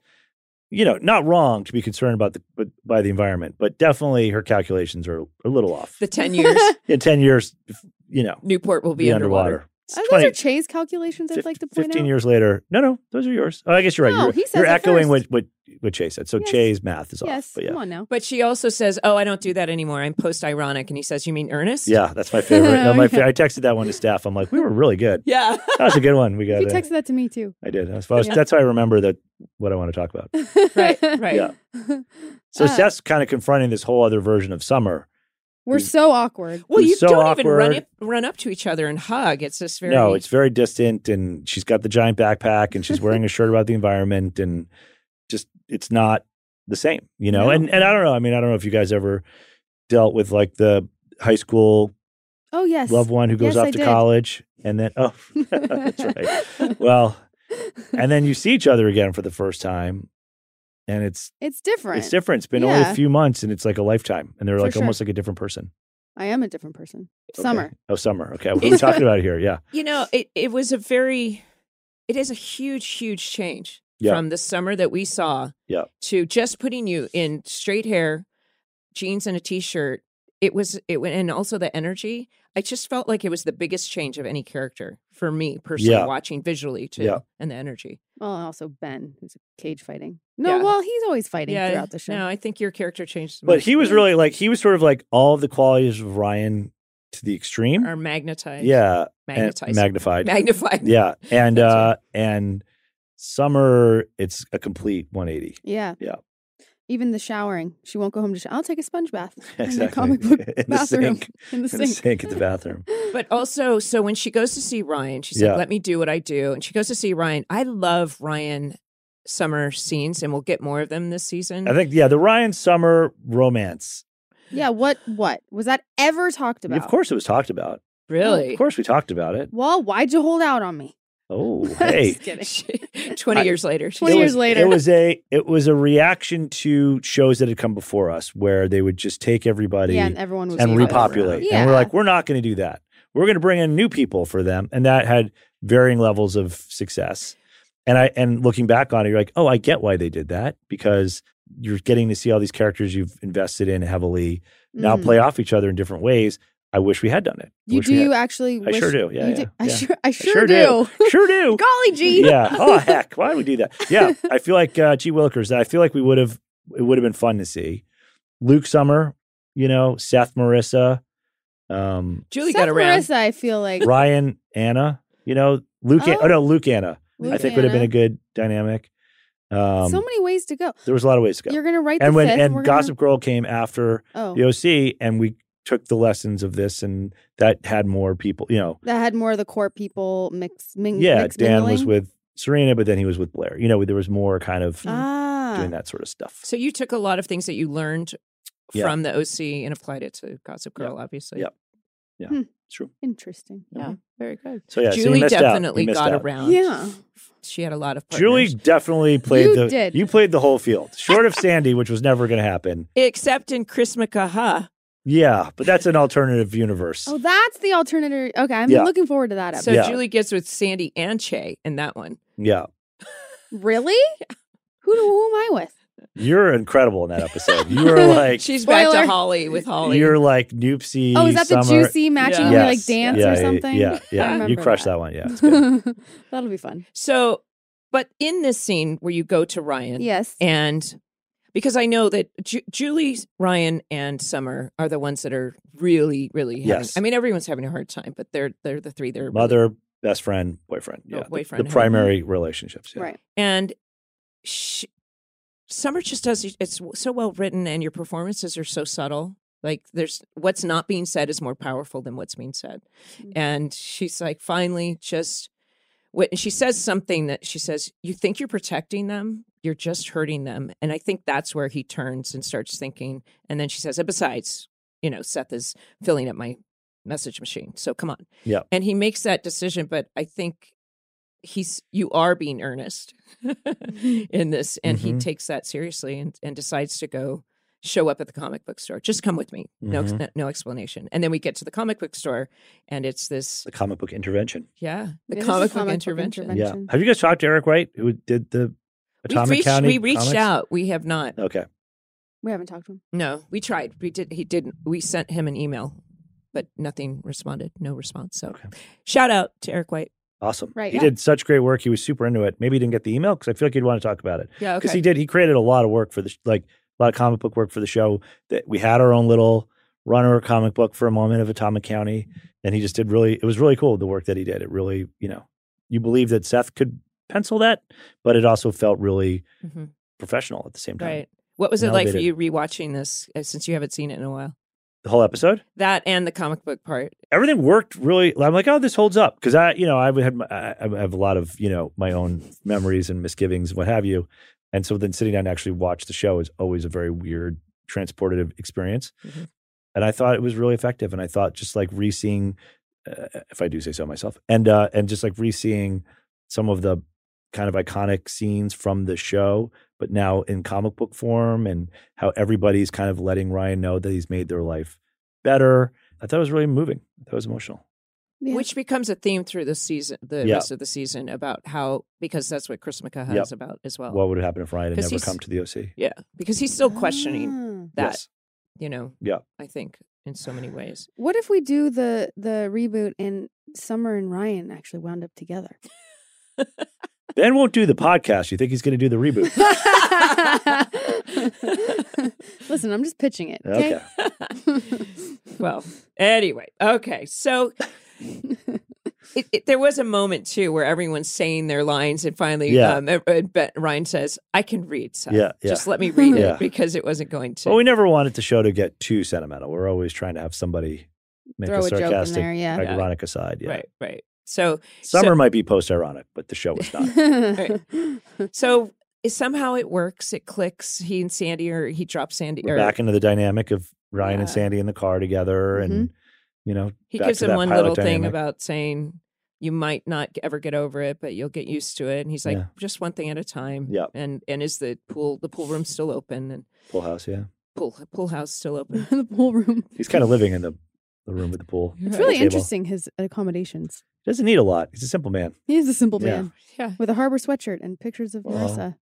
Speaker 2: you know, not wrong to be concerned about the but, by the environment, but definitely her calculations are a little off.
Speaker 3: The ten years
Speaker 2: In ten years, you know,
Speaker 3: Newport will be,
Speaker 2: be
Speaker 3: underwater.
Speaker 1: Uh,
Speaker 2: underwater. It's
Speaker 1: those
Speaker 2: 20
Speaker 1: are Chase calculations. I'd
Speaker 2: fif-
Speaker 1: like to point
Speaker 2: Fifteen
Speaker 1: out.
Speaker 2: years later, no, no, those are yours. Oh, I guess you're right.
Speaker 1: No,
Speaker 2: you're
Speaker 1: he says
Speaker 2: you're
Speaker 1: it
Speaker 2: echoing what,
Speaker 1: first.
Speaker 2: what what Che said. So
Speaker 1: Yes.
Speaker 2: Che's math is
Speaker 1: Yes,
Speaker 2: off. But yeah,
Speaker 1: come on now.
Speaker 3: But she also says, "Oh, I don't do that anymore. I'm post ironic." And he says, "You mean Ernest?"
Speaker 2: yeah, that's my favorite. No, my
Speaker 1: Yeah.
Speaker 2: fa- I texted that one to staff. I'm like, we were really good.
Speaker 3: yeah.
Speaker 2: That was a good one. We got.
Speaker 1: You
Speaker 2: uh,
Speaker 1: texted that to me too.
Speaker 2: I did. That's why I, was-
Speaker 1: Yeah.
Speaker 2: that's how I remember that what I want to talk about.
Speaker 3: right, right.
Speaker 2: Yeah. So
Speaker 1: Uh,
Speaker 2: Seth's kind of confronting this whole other version of summer.
Speaker 1: We're
Speaker 2: He's-
Speaker 1: so awkward.
Speaker 3: Well,
Speaker 2: It's
Speaker 3: you
Speaker 2: so
Speaker 3: don't even run
Speaker 2: awkward.
Speaker 3: up, run up to each other and hug. It's just very
Speaker 2: No, it's very distant, and she's got the giant backpack, and she's wearing a shirt about the environment, and just it's not the same, you know.
Speaker 1: No.
Speaker 2: And and I don't know. I mean, I don't know if you guys ever dealt with like the high school
Speaker 1: Oh yes.
Speaker 2: loved one who goes
Speaker 1: Yes,
Speaker 2: off
Speaker 1: I
Speaker 2: to
Speaker 1: did.
Speaker 2: college, and then oh, that's right. Well, and then you see each other again for the first time, and it's
Speaker 1: it's different.
Speaker 2: it's different. It's been only a
Speaker 1: Yeah.
Speaker 2: few months, and it's like a lifetime, and they're
Speaker 1: For
Speaker 2: like
Speaker 1: sure.
Speaker 2: almost like a different person.
Speaker 1: I am a different person.
Speaker 2: Okay.
Speaker 1: Summer.
Speaker 2: Oh, summer. Okay, what are we talking about here? Yeah.
Speaker 3: You know, it, it was a very, it is a huge, huge change
Speaker 2: Yeah.
Speaker 3: from the summer that we saw
Speaker 2: Yeah.
Speaker 3: to just putting you in straight hair, jeans, and a t shirt. It was, it went, and also the energy. I just felt like it was the biggest change of any character for me personally,
Speaker 2: Yeah.
Speaker 3: watching visually too,
Speaker 2: Yeah.
Speaker 3: and the energy.
Speaker 1: Well, and also Ben, who's cage fighting. No,
Speaker 3: Yeah.
Speaker 1: well, he's always fighting throughout the show.
Speaker 3: No, I think your character changed. the
Speaker 2: But
Speaker 3: most.
Speaker 2: he was really like he was sort of like all of the qualities of Ryan to the extreme.
Speaker 3: Or magnetized.
Speaker 2: yeah, and
Speaker 3: Magnetized.
Speaker 2: magnified.
Speaker 3: magnified.
Speaker 2: yeah, and
Speaker 3: That's
Speaker 2: uh and summer it's a complete 180.
Speaker 1: yeah.
Speaker 2: Yeah.
Speaker 1: Even the showering. She won't go home to shower. I'll take a sponge bath in the
Speaker 2: Exactly.
Speaker 1: comic book
Speaker 2: In the
Speaker 1: bathroom.
Speaker 2: sink.
Speaker 1: In the
Speaker 2: In
Speaker 1: sink.
Speaker 2: the sink at the bathroom.
Speaker 3: But also, so when she goes to see Ryan, she's
Speaker 2: Yeah.
Speaker 3: like, let me do what I do. And she goes to see Ryan. I love Ryan summer scenes, and we'll get more of them this season.
Speaker 2: I think yeah, the Ryan summer romance.
Speaker 1: yeah, what what? Was that ever talked about?
Speaker 2: Of course it was talked about.
Speaker 3: really?
Speaker 2: Of course we talked about it.
Speaker 1: Well, why'd you hold out on me?
Speaker 2: Oh,
Speaker 1: Just
Speaker 2: hey.
Speaker 1: kidding.
Speaker 3: 20
Speaker 2: I-
Speaker 3: years later. she
Speaker 1: 20
Speaker 2: It
Speaker 3: said-
Speaker 1: years
Speaker 2: was-
Speaker 1: later.
Speaker 2: It was a it was a reaction to shows that had come before us where they would just take everybody
Speaker 1: Yeah, and everyone was
Speaker 2: and
Speaker 1: into it.
Speaker 2: repopulate.
Speaker 1: Yeah.
Speaker 2: And we're like, we're not going to do that. We're going to bring in new people for them, and that had varying levels of success. And I and looking back on it, you're like, oh, I get why they did that because you're getting to see all these characters you've invested in heavily now
Speaker 1: Mhm.
Speaker 2: play off each other in different ways. I wish we had done it. I
Speaker 1: You
Speaker 2: wish we
Speaker 1: do
Speaker 2: had-
Speaker 1: actually
Speaker 2: I
Speaker 1: wish-
Speaker 2: sure do. Yeah,
Speaker 1: you
Speaker 2: yeah,
Speaker 1: do- I,
Speaker 2: yeah.
Speaker 1: Sure, I sure
Speaker 2: sure do.
Speaker 1: do.
Speaker 2: sure do.
Speaker 1: Golly gee.
Speaker 2: yeah. Oh heck, why did we do that? Yeah, I feel like uh, G. Willikers. I feel like we would have. It would have been fun to see Luke Summer. You know, Seth, Marissa, um,
Speaker 3: Julie
Speaker 1: Seth
Speaker 3: got around.
Speaker 1: Marissa, I feel like
Speaker 2: Ryan, Anna. You know, Luke. Oh,
Speaker 1: Oh.
Speaker 2: no, Luke, Anna.
Speaker 1: Luke,
Speaker 2: I think would have been a
Speaker 1: Anna.
Speaker 2: good dynamic. Um,
Speaker 1: so many ways to go.
Speaker 2: there was a lot of ways to go.
Speaker 1: You're gonna write
Speaker 2: and
Speaker 1: the
Speaker 2: when
Speaker 1: fifth.
Speaker 2: and
Speaker 1: we're
Speaker 2: Gossip Girl came after
Speaker 1: Gonna, oh,
Speaker 2: the OC, and we took the lessons of this, and that had more people. You know,
Speaker 1: that had more of the core people mix. Ming,
Speaker 2: yeah,
Speaker 1: mixed
Speaker 2: Dan was
Speaker 1: mingling.
Speaker 2: with Serena, but then he was with Blair. You know, there was more kind of
Speaker 3: Mm-hmm.
Speaker 1: ah.
Speaker 2: doing that sort of stuff.
Speaker 3: So you took a lot of things that you learned
Speaker 2: Yeah.
Speaker 3: from the OC and applied it to Gossip Girl, obviously.
Speaker 2: Yeah. It's true.
Speaker 1: Interesting.
Speaker 3: Yeah. Very good.
Speaker 2: So yeah, so you
Speaker 3: Julie
Speaker 2: missed out. You
Speaker 3: definitely
Speaker 2: missed
Speaker 3: got
Speaker 2: out.
Speaker 3: around.
Speaker 1: Yeah.
Speaker 3: She had a lot of partners.
Speaker 2: Julie definitely played
Speaker 1: You
Speaker 2: the
Speaker 1: did.
Speaker 2: you played the whole field, short of Sandy, which was never going to happen.
Speaker 3: Except in Chris McCaha.
Speaker 2: Yeah, but that's an alternative universe.
Speaker 1: Oh, that's the alternative. Okay, I'm
Speaker 2: Yeah.
Speaker 1: looking forward to that
Speaker 3: So
Speaker 1: episode.
Speaker 2: Yeah.
Speaker 3: Julie gets with Sandy and Che in that one.
Speaker 2: Yeah.
Speaker 1: really? Who do, who am I with?
Speaker 2: You're incredible in that episode. You are like
Speaker 3: She's back
Speaker 1: Spoiler.
Speaker 3: to Holly with Holly.
Speaker 2: you're like Noopsy.
Speaker 1: Oh, is that the
Speaker 2: Summer.
Speaker 1: juicy matching
Speaker 3: Yeah.
Speaker 1: where you like
Speaker 2: Yes.
Speaker 1: dance
Speaker 2: yeah,
Speaker 1: or
Speaker 2: yeah,
Speaker 1: something?
Speaker 2: Yeah,
Speaker 1: I
Speaker 2: yeah. You
Speaker 1: remember
Speaker 2: crushed
Speaker 1: that.
Speaker 2: that, one. Yeah. it's good.
Speaker 1: That'll be fun.
Speaker 3: so, but in this scene where you go to Ryan,
Speaker 1: Yes.
Speaker 3: and because I know that Ju- Julie, Ryan, and Summer are the ones that are really, really. Having,
Speaker 2: Yes.
Speaker 3: I mean, everyone's having a hard time, but they're they're the three. They're really-
Speaker 2: Mother, best friend, boyfriend.
Speaker 3: Oh,
Speaker 2: Yeah. the-
Speaker 3: boyfriend,
Speaker 2: The,
Speaker 3: huh?
Speaker 2: primary relationships. Yeah.
Speaker 1: Right.
Speaker 3: and she, Summer just does. It's so well written, and your performances are so subtle. Like there's what's not being said is more powerful than what's being said, and she's like finally just. What, and she says something that she says, "You think you're protecting them, you're just hurting them," and I think that's where he turns and starts thinking. And then she says, "And besides, you know, Seth is filling up my message machine, so come on."
Speaker 2: Yeah.
Speaker 3: and he makes that decision, but I think he's you are being earnest in this, and he
Speaker 2: Mhm.
Speaker 3: takes that seriously and, and decides to go show up at the comic book store. Just come with me, no
Speaker 2: Mm-hmm.
Speaker 3: ex- no explanation. And then we get to the comic book store, and it's this
Speaker 2: The comic book intervention.
Speaker 3: yeah, the
Speaker 1: This is comic
Speaker 3: comic, book
Speaker 1: book
Speaker 3: intervention.
Speaker 1: intervention.
Speaker 2: Yeah. Have you guys talked to Eric White, who did the Atomic
Speaker 3: we reached,
Speaker 2: County?
Speaker 3: we reached
Speaker 2: comics?
Speaker 3: out. We have not.
Speaker 2: Okay.
Speaker 1: We haven't talked to him.
Speaker 3: No, we tried. We did. He didn't. We sent him an email, but nothing responded. No response. So,
Speaker 2: Okay.
Speaker 3: shout out to Eric White.
Speaker 2: Awesome.
Speaker 1: Right,
Speaker 2: He
Speaker 1: yeah.
Speaker 2: did such great work. He was super into it. Maybe he didn't get the email because I feel like he'd want to talk about it.
Speaker 3: Yeah.
Speaker 2: because he did he created a lot of work for the sh- like a lot of comic book work for the show that we had our own little runner comic book for a moment of atomic county and he just did really it was really cool the work that he did it really you know you believe that seth could pencil that but it also felt really
Speaker 3: hmm
Speaker 2: professional at the same time
Speaker 3: Right. What was it
Speaker 2: No,
Speaker 3: like
Speaker 2: they
Speaker 3: for you rewatching this uh, since you haven't seen it in a while?
Speaker 2: the whole episode
Speaker 3: That and the comic book part.
Speaker 2: everything worked really i'm like oh this holds up because i you know i had my, I, I have a lot of you know my own memories and misgivings and what have you and so then sitting down to actually watch the show is always a very weird transportative experience
Speaker 3: Mhm.
Speaker 2: and i thought it was really effective and i thought just like re-seeing uh, if i do say so myself and uh and just like re-seeing some of the kind of iconic scenes from the show but now in comic book form and how everybody's kind of letting ryan know that he's made their life better I thought it was really moving. That was emotional.
Speaker 1: Yeah.
Speaker 3: which becomes a theme through the season, the
Speaker 2: Yeah.
Speaker 3: rest of the season about how because that's what Chris McCaha
Speaker 2: Yep.
Speaker 3: is about as
Speaker 1: Oh.
Speaker 3: well.
Speaker 2: What would happen if Ryan had
Speaker 3: 'Cause
Speaker 2: never
Speaker 3: he's-
Speaker 2: come to the OC?
Speaker 3: yeah, because he's still questioning
Speaker 1: Ah.
Speaker 3: that.
Speaker 2: Yes.
Speaker 3: You know.
Speaker 2: Yeah.
Speaker 3: I think in so many ways.
Speaker 1: What if we do the the reboot and Summer and Ryan actually wound up together?
Speaker 2: Ben won't do the podcast. You think he's going to do the reboot?
Speaker 1: Listen, I'm just pitching it.
Speaker 2: Okay.
Speaker 1: Okay.
Speaker 3: well, anyway, okay. So it, it, there was a moment too where everyone's saying their lines, and finally,
Speaker 2: Yeah.
Speaker 3: um, e- e- but Ryan says, "I can read, Seth.
Speaker 2: Yeah, yeah.
Speaker 3: Just let me read
Speaker 2: Yeah.
Speaker 3: it because it wasn't going to."
Speaker 2: Well, we never wanted the show to get too sentimental. We're always trying to have somebody make
Speaker 1: Throw
Speaker 2: a
Speaker 1: a joke in
Speaker 2: sarcastic,
Speaker 1: there, yeah.
Speaker 3: Yeah.
Speaker 2: ironic aside. Yeah.
Speaker 3: Right, right. So,
Speaker 2: Summer might be post ironic, but the show was not.
Speaker 3: so it- somehow it works. It clicks. He and Sandy, or he drops Sandy,
Speaker 2: We're
Speaker 3: or
Speaker 2: back into the dynamic of Ryan and
Speaker 3: Yeah.
Speaker 2: Sandy in the car together,
Speaker 1: Mm-hmm.
Speaker 2: and you know,
Speaker 3: he
Speaker 2: back
Speaker 3: gives
Speaker 2: to
Speaker 3: him
Speaker 2: that
Speaker 3: one
Speaker 2: pilot
Speaker 3: little thing
Speaker 2: dynamic.
Speaker 3: about saying you might not ever get over it, but you'll get used to it. And he's like,
Speaker 2: Yeah.
Speaker 3: just one thing at a time.
Speaker 2: Yeah.
Speaker 3: And and is the pool the pool room still open and
Speaker 2: pool house. Yeah,
Speaker 3: pool pool house still open?
Speaker 1: the pool room.
Speaker 2: he's kind of living in the, the room with the pool.
Speaker 1: It's
Speaker 3: Right.
Speaker 1: really
Speaker 2: Table.
Speaker 1: interesting his accommodations.
Speaker 2: Doesn't need a lot. He's a simple man.
Speaker 1: He's a simple
Speaker 2: Yeah.
Speaker 1: man
Speaker 3: Yeah.
Speaker 1: with a harbor sweatshirt and pictures of
Speaker 2: Wow.
Speaker 1: Marissa.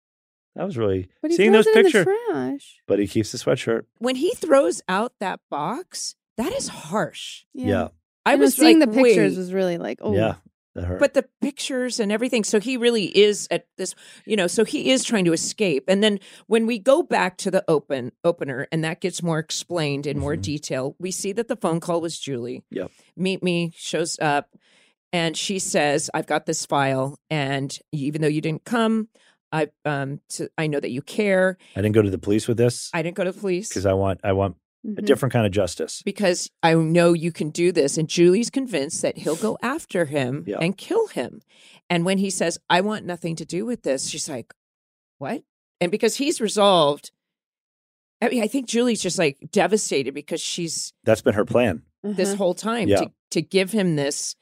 Speaker 2: That was really
Speaker 1: But he
Speaker 2: seeing
Speaker 1: throws
Speaker 2: those
Speaker 1: it in
Speaker 2: pictures.
Speaker 1: the trash.
Speaker 2: But he keeps the sweatshirt.
Speaker 3: When he throws out that box, that is harsh.
Speaker 2: Yeah,
Speaker 3: I
Speaker 1: I
Speaker 3: was
Speaker 1: was seeing
Speaker 3: like,
Speaker 1: the pictures
Speaker 3: wait.
Speaker 1: was really like, oh,
Speaker 2: yeah, that hurt.
Speaker 3: but the pictures and everything so he really is at this you know so he is trying to escape and then when we go back to the open opener and that gets more explained in more
Speaker 2: Mhm.
Speaker 3: detail we see that the phone call was julie
Speaker 2: Yep.
Speaker 3: meet me shows up and she says i've got this file and even though you didn't come i um to, i know that you care
Speaker 2: I didn't go to the police with this
Speaker 3: i Mm-hmm. didn't go to the police
Speaker 2: because I want I want a
Speaker 1: mhm.
Speaker 2: different kind of justice.
Speaker 3: because I know you can do this. And Julie's convinced that he'll go after him
Speaker 2: Yeah.
Speaker 3: and kill him. And when he says, I want nothing to do with this, she's like, What? And because he's resolved, I mean, I think Julie's just like devastated because she's
Speaker 2: That's been
Speaker 3: Mm-hmm.
Speaker 2: her plan.
Speaker 3: this
Speaker 1: Uh-huh.
Speaker 3: whole time
Speaker 2: Yeah.
Speaker 3: to, to give him this.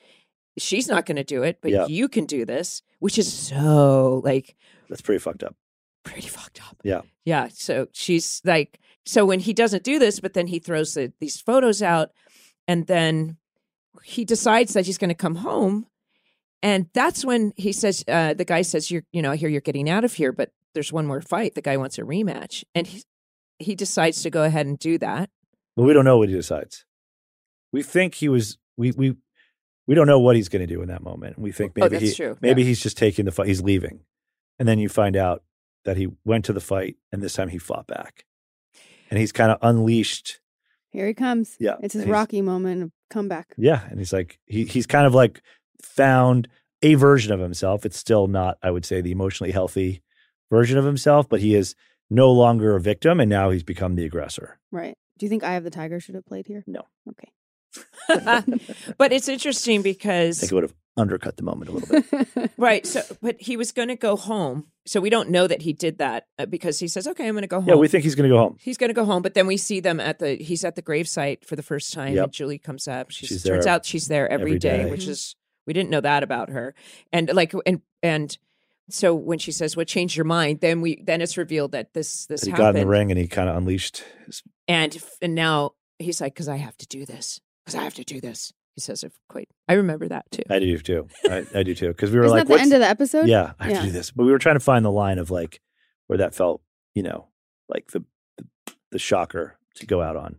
Speaker 3: She's not going to do it, but
Speaker 2: Yeah.
Speaker 3: you can do this, which is so like
Speaker 2: That's pretty fucked up.
Speaker 3: pretty fucked up.
Speaker 2: Yeah.
Speaker 3: Yeah. So she's like, so when he doesn't do this, but then he throws the, these photos out and then he decides that he's going to come home. And that's when he says, uh, the guy says, you're, you know, I hear you're getting out of here, but there's one more fight. The guy wants a rematch. And he, he decides to go ahead and do that.
Speaker 2: But we don't know what he decides. We think he was we we we don't know what he's going to do in that moment. We think
Speaker 3: Oh,
Speaker 2: maybe
Speaker 3: that's
Speaker 2: he
Speaker 3: true.
Speaker 2: maybe he's just taking the fight. He's leaving, and then you find out that he went to the fight, and this time he fought back, and he's kind of unleashed.
Speaker 1: Here he comes.
Speaker 2: Yeah,
Speaker 1: It's his
Speaker 2: and he's-
Speaker 1: Rocky moment of comeback.
Speaker 2: Yeah, and he's like he he's kind of like found a version of himself. It's still not, I would say, the emotionally healthy version of himself, but he is no longer a victim, and now he's become the aggressor.
Speaker 1: Right. Do you think Eye of the Tiger should have played here?
Speaker 2: No.
Speaker 1: Okay.
Speaker 3: but it's interesting
Speaker 2: I
Speaker 3: because
Speaker 2: think it would have undercut the moment a little bit.
Speaker 3: Right. So, but he was going to go home. So we don't know that he did that uh, because he says, "Okay, I'm going to go home."
Speaker 2: yeah, we think he's going to go home.
Speaker 3: he's going to go home. But then we see them at the he's at the gravesite for the first time.
Speaker 2: Yep.
Speaker 3: And Julie comes up. She's,
Speaker 2: She's
Speaker 3: turns
Speaker 2: there
Speaker 3: out she's there every
Speaker 2: every
Speaker 3: day,
Speaker 2: day.
Speaker 3: which is we didn't know that about her. And like and and so when she says, "What changed your mind?" Then we then it's revealed that this this
Speaker 2: But he
Speaker 3: happened.
Speaker 2: got in the ring and he kind of unleashed his
Speaker 3: And f- and now he's like, "Because I have to do this. Because I have to do this." He says it quite. I remember that too.
Speaker 2: I do too. I, I do too. Because we were
Speaker 1: Isn't
Speaker 2: like,
Speaker 1: that the
Speaker 2: what's-
Speaker 1: end of the episode?
Speaker 2: yeah, I have
Speaker 1: Yeah.
Speaker 2: to do this. But we were trying to find the line of like where that felt, you know, like the the, the shocker to go out on.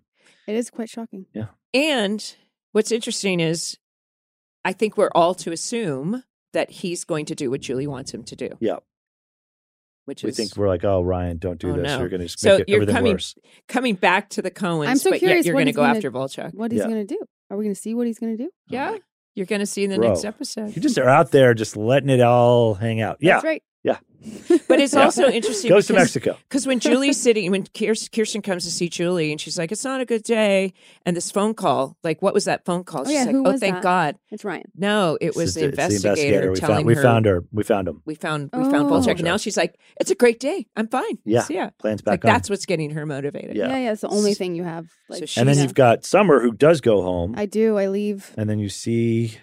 Speaker 1: It is quite shocking.
Speaker 3: And what's interesting is I think we're all to assume that he's going to do what Julie wants him to do.
Speaker 2: Yeah.
Speaker 3: Which
Speaker 2: we
Speaker 3: is
Speaker 2: think we're like, oh, Ryan, don't do
Speaker 3: Oh,
Speaker 2: this.
Speaker 3: no.
Speaker 2: You're going to just
Speaker 3: So
Speaker 2: make it,
Speaker 3: you're
Speaker 2: everything
Speaker 3: coming-
Speaker 2: worse.
Speaker 3: coming back to the Coens,
Speaker 1: I'm so
Speaker 3: but
Speaker 1: curious
Speaker 3: yet you're
Speaker 1: what
Speaker 3: going to
Speaker 1: he's
Speaker 3: go
Speaker 1: gonna-
Speaker 3: after Volchak.
Speaker 1: What he's
Speaker 2: Yeah.
Speaker 1: going to do? Are we going to see what he's going to do?
Speaker 3: Yeah. You're going to see in the
Speaker 2: Bro.
Speaker 3: next episode.
Speaker 2: You just are out there just letting it all hang out. Yeah.
Speaker 1: That's right.
Speaker 2: Yeah.
Speaker 3: But it's
Speaker 2: Yeah.
Speaker 3: also interesting
Speaker 2: Goes to
Speaker 3: because-
Speaker 2: Mexico.
Speaker 3: Because when Julie's sitting, when Kirs- Kirsten comes to see Julie and she's like, it's not a good day. And this phone call, like, what was that phone call?
Speaker 1: Oh,
Speaker 3: she's
Speaker 1: yeah,
Speaker 3: like,
Speaker 1: who
Speaker 3: oh,
Speaker 1: was
Speaker 3: thank
Speaker 1: that?"
Speaker 3: God.
Speaker 1: It's Ryan.
Speaker 3: No, it was
Speaker 2: It's
Speaker 3: the
Speaker 2: it's
Speaker 3: investigator,
Speaker 2: We
Speaker 3: telling
Speaker 2: found, we
Speaker 3: her.
Speaker 2: found her. We found him.
Speaker 3: we found we
Speaker 1: Oh.
Speaker 3: found Volchek. And now she's like, it's a great day. I'm fine.
Speaker 2: Yeah.
Speaker 3: So, yeah.
Speaker 2: Plans
Speaker 3: Like
Speaker 2: back on.
Speaker 3: that's what's getting her motivated.
Speaker 2: Yeah.
Speaker 1: Yeah. yeah, It's the only thing you have. Like,
Speaker 3: So she-
Speaker 2: and then
Speaker 3: she's-
Speaker 2: you've got Summer who does go home.
Speaker 1: I do. I leave.
Speaker 2: and then you see,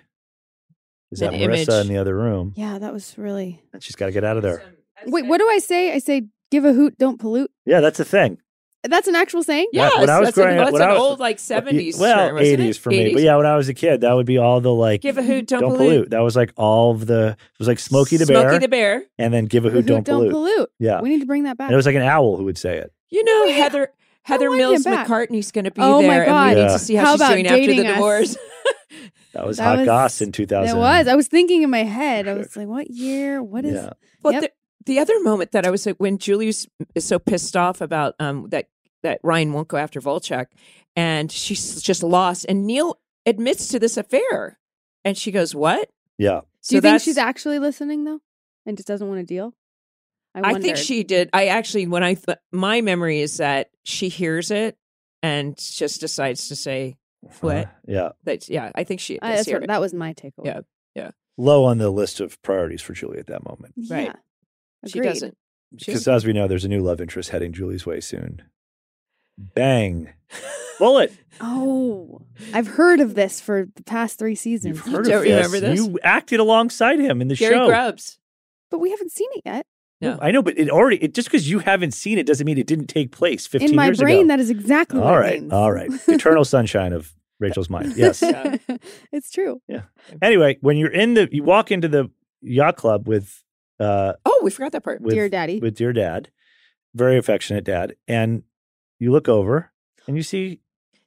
Speaker 2: is that
Speaker 3: An
Speaker 2: Marissa
Speaker 3: image.
Speaker 2: in the other room?
Speaker 1: Yeah, that was really.
Speaker 2: And she's got to get out of there.
Speaker 1: Wait, what do I say? I say, give a hoot, don't pollute.
Speaker 2: Yeah, that's a thing.
Speaker 1: That's an actual saying?
Speaker 3: Yes,
Speaker 2: when I was
Speaker 3: that's an-
Speaker 2: growing up-
Speaker 3: that's
Speaker 2: when
Speaker 3: an
Speaker 2: I was-
Speaker 3: old like seventies.
Speaker 2: well,
Speaker 3: term,
Speaker 2: eighties for me. But yeah, when I was a kid, that would be all the like
Speaker 3: give a hoot, don't,
Speaker 2: don't pollute.
Speaker 3: pollute.
Speaker 2: That was like all of the it was like Smokey the Bear
Speaker 3: Smokey the Bear.
Speaker 2: and then give a hoot, don't, pollute. Yeah.
Speaker 1: We need to bring that back.
Speaker 2: And it was like an owl who would say it.
Speaker 3: You
Speaker 1: Oh,
Speaker 3: know, Heather Heather
Speaker 1: want
Speaker 3: Mills
Speaker 1: him back.
Speaker 3: McCartney's going to be
Speaker 1: Oh, my
Speaker 3: there, and
Speaker 1: God.
Speaker 3: we need
Speaker 2: Yeah.
Speaker 3: to see how,
Speaker 1: How
Speaker 3: she's
Speaker 1: about
Speaker 3: doing after the
Speaker 1: dating us?
Speaker 3: divorce.
Speaker 2: That was
Speaker 1: That
Speaker 2: hot
Speaker 1: was-
Speaker 2: goss in two thousand.
Speaker 1: It was. I was thinking in my head. I was like, what year? What is.
Speaker 2: yeah.
Speaker 3: But
Speaker 1: Yep.
Speaker 3: the, the other moment that I was like, when Julius is so pissed off about um, that that Ryan won't go after Volchek, and she's just lost, and Neil admits to this affair, and she goes, "What?"
Speaker 2: Yeah.
Speaker 1: Do you think
Speaker 3: that's-
Speaker 1: she's actually listening, though? And just doesn't want to deal?
Speaker 3: I,
Speaker 1: wondered.
Speaker 3: think she did. I actually, when I th- my memory is that she hears it and just decides to say What?
Speaker 2: Uh-huh. Yeah.
Speaker 3: that. Yeah, I think she
Speaker 1: I,
Speaker 3: does
Speaker 1: that's
Speaker 3: hear
Speaker 1: what-
Speaker 3: it.
Speaker 1: that was my takeaway.
Speaker 3: Yeah.
Speaker 2: Low on the list of priorities for Julie at that moment.
Speaker 3: Right.
Speaker 1: Yeah.
Speaker 3: she
Speaker 1: Agreed.
Speaker 3: doesn't. She
Speaker 2: Because as we know, there's a new love interest heading Julie's way soon. Bang. Bullet.
Speaker 1: Oh, I've heard of this for the past three seasons,
Speaker 2: You've heard
Speaker 3: don't
Speaker 2: of this.
Speaker 3: remember this?
Speaker 2: You acted alongside him in the
Speaker 3: Gary
Speaker 2: show.
Speaker 3: Grubbs.
Speaker 1: but we haven't seen it yet.
Speaker 3: No.
Speaker 2: I know, but it already it, just because you haven't seen it doesn't mean it didn't take place 15
Speaker 1: In my
Speaker 2: years
Speaker 1: brain,
Speaker 2: ago.
Speaker 1: that is exactly what
Speaker 2: all
Speaker 1: it
Speaker 2: right,
Speaker 1: means.
Speaker 2: all right. Eternal sunshine of Rachel's mind. Yes.
Speaker 3: Yeah.
Speaker 1: it's true.
Speaker 2: anyway, when you're in the, you walk into the yacht club with, uh,
Speaker 3: Oh, we forgot that part.
Speaker 2: with
Speaker 1: Dear daddy.
Speaker 2: with your dad, very affectionate dad, and you look over and you see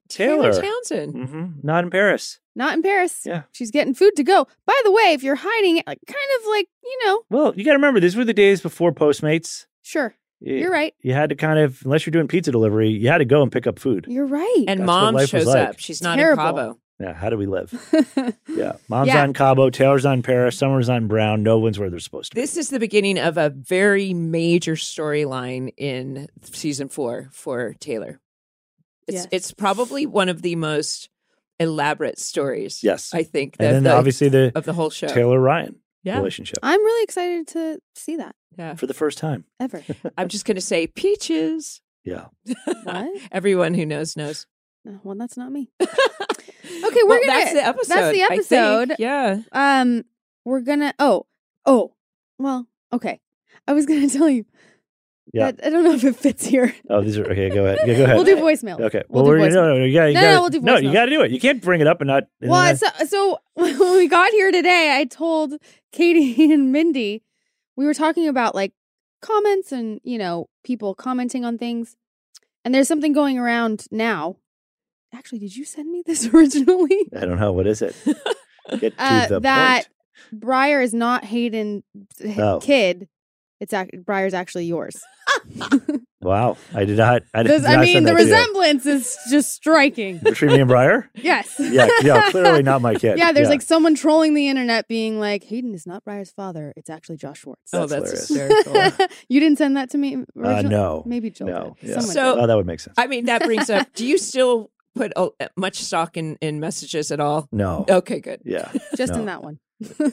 Speaker 2: Taylor.
Speaker 3: Townsend.
Speaker 2: Mhm, not in Paris.
Speaker 1: Not in Paris.
Speaker 2: Yeah.
Speaker 1: She's getting food to go. By the way, if you're hiding, like, kind of like, you know,
Speaker 2: Well, you got to remember these were the days before Postmates.
Speaker 1: sure.
Speaker 2: You,
Speaker 1: You're right.
Speaker 2: You had to kind of, unless you're doing pizza delivery, you had to go and pick up food.
Speaker 1: You're right.
Speaker 2: That's
Speaker 3: And
Speaker 2: what
Speaker 3: mom
Speaker 2: life was
Speaker 3: shows
Speaker 2: like.
Speaker 3: up. She's not
Speaker 1: Terrible.
Speaker 3: in Cabo.
Speaker 2: Yeah, how do we live?
Speaker 1: yeah.
Speaker 2: Yeah, mom's
Speaker 1: Yeah.
Speaker 2: on Cabo, Taylor's on Paris, summer's on Brown. No one's where they're supposed to. be.
Speaker 3: This is the beginning of a very major storyline in season four for Taylor. It's
Speaker 1: Yes.
Speaker 3: it's probably one of the most elaborate stories.
Speaker 2: Yes,
Speaker 3: I think
Speaker 2: and
Speaker 3: of
Speaker 2: then
Speaker 3: the,
Speaker 2: obviously the
Speaker 3: of the whole show.
Speaker 2: Taylor Ryan
Speaker 3: Yeah.
Speaker 2: relationship
Speaker 1: I'm really excited to see that
Speaker 3: Yeah.
Speaker 2: for the first time.
Speaker 1: ever.
Speaker 3: I'm just going to say peaches.
Speaker 2: Yeah,
Speaker 1: What?
Speaker 3: Everyone who knows knows.
Speaker 1: No, well, that's not me.
Speaker 3: okay,
Speaker 1: we're gonna-
Speaker 3: That's the
Speaker 1: that's
Speaker 3: episode.
Speaker 1: the
Speaker 3: I think.
Speaker 1: episode.
Speaker 3: Yeah.
Speaker 1: Um, we're gonna. Oh, oh. Well, okay. I was gonna tell you.
Speaker 2: Yeah.
Speaker 1: That, I don't know if it fits here.
Speaker 2: Oh, these are okay. Go ahead. Yeah, go ahead.
Speaker 1: We'll do voicemail.
Speaker 2: Okay.
Speaker 1: We'll
Speaker 2: well,
Speaker 1: do
Speaker 2: we're-
Speaker 1: voicemail.
Speaker 2: no, no, no, you gotta, you
Speaker 1: No, no,
Speaker 2: gotta,
Speaker 1: we'll do
Speaker 2: no, you
Speaker 1: voicemail.
Speaker 2: got to do it. You can't bring it up and not. and
Speaker 1: Well,
Speaker 2: then-
Speaker 1: so, so when we got here today, I told Katie and Mindy, we were talking about like comments and, you know, people commenting on things. And there's something going around now. Actually, did you send me this originally?
Speaker 2: I don't know what is it. Get to
Speaker 1: Uh,
Speaker 2: the
Speaker 1: that-
Speaker 2: point.
Speaker 1: Briar is not Hayden h-
Speaker 2: Oh.
Speaker 1: kid. It's ac- Briar's actually yours.
Speaker 2: Wow, I did not. I, did
Speaker 1: Does-
Speaker 2: not
Speaker 1: I mean,
Speaker 2: send
Speaker 1: the
Speaker 2: that to you.
Speaker 1: resemblance is just striking.
Speaker 2: between me and Briar.
Speaker 1: Yes.
Speaker 2: Yeah, yeah, clearly not my kid.
Speaker 1: Yeah, there's like someone trolling the internet being like, Hayden is not Briar's father. It's actually Josh Schwartz.
Speaker 3: oh,
Speaker 2: That's
Speaker 3: that's
Speaker 2: hilarious.
Speaker 3: hysterical.
Speaker 1: you didn't send that to me
Speaker 2: uh,
Speaker 1: originally?
Speaker 2: no,
Speaker 1: Maybe Jill
Speaker 2: no,
Speaker 1: did.
Speaker 2: yeah.
Speaker 1: Someone
Speaker 3: So-
Speaker 1: did.
Speaker 2: oh, that would make sense.
Speaker 3: I mean, that brings up. Do you still put uh, much stock in in messages at all?
Speaker 2: no,
Speaker 1: Oh.
Speaker 3: Okay, good.
Speaker 2: yeah,
Speaker 1: just in
Speaker 2: Uh, no.
Speaker 1: that one.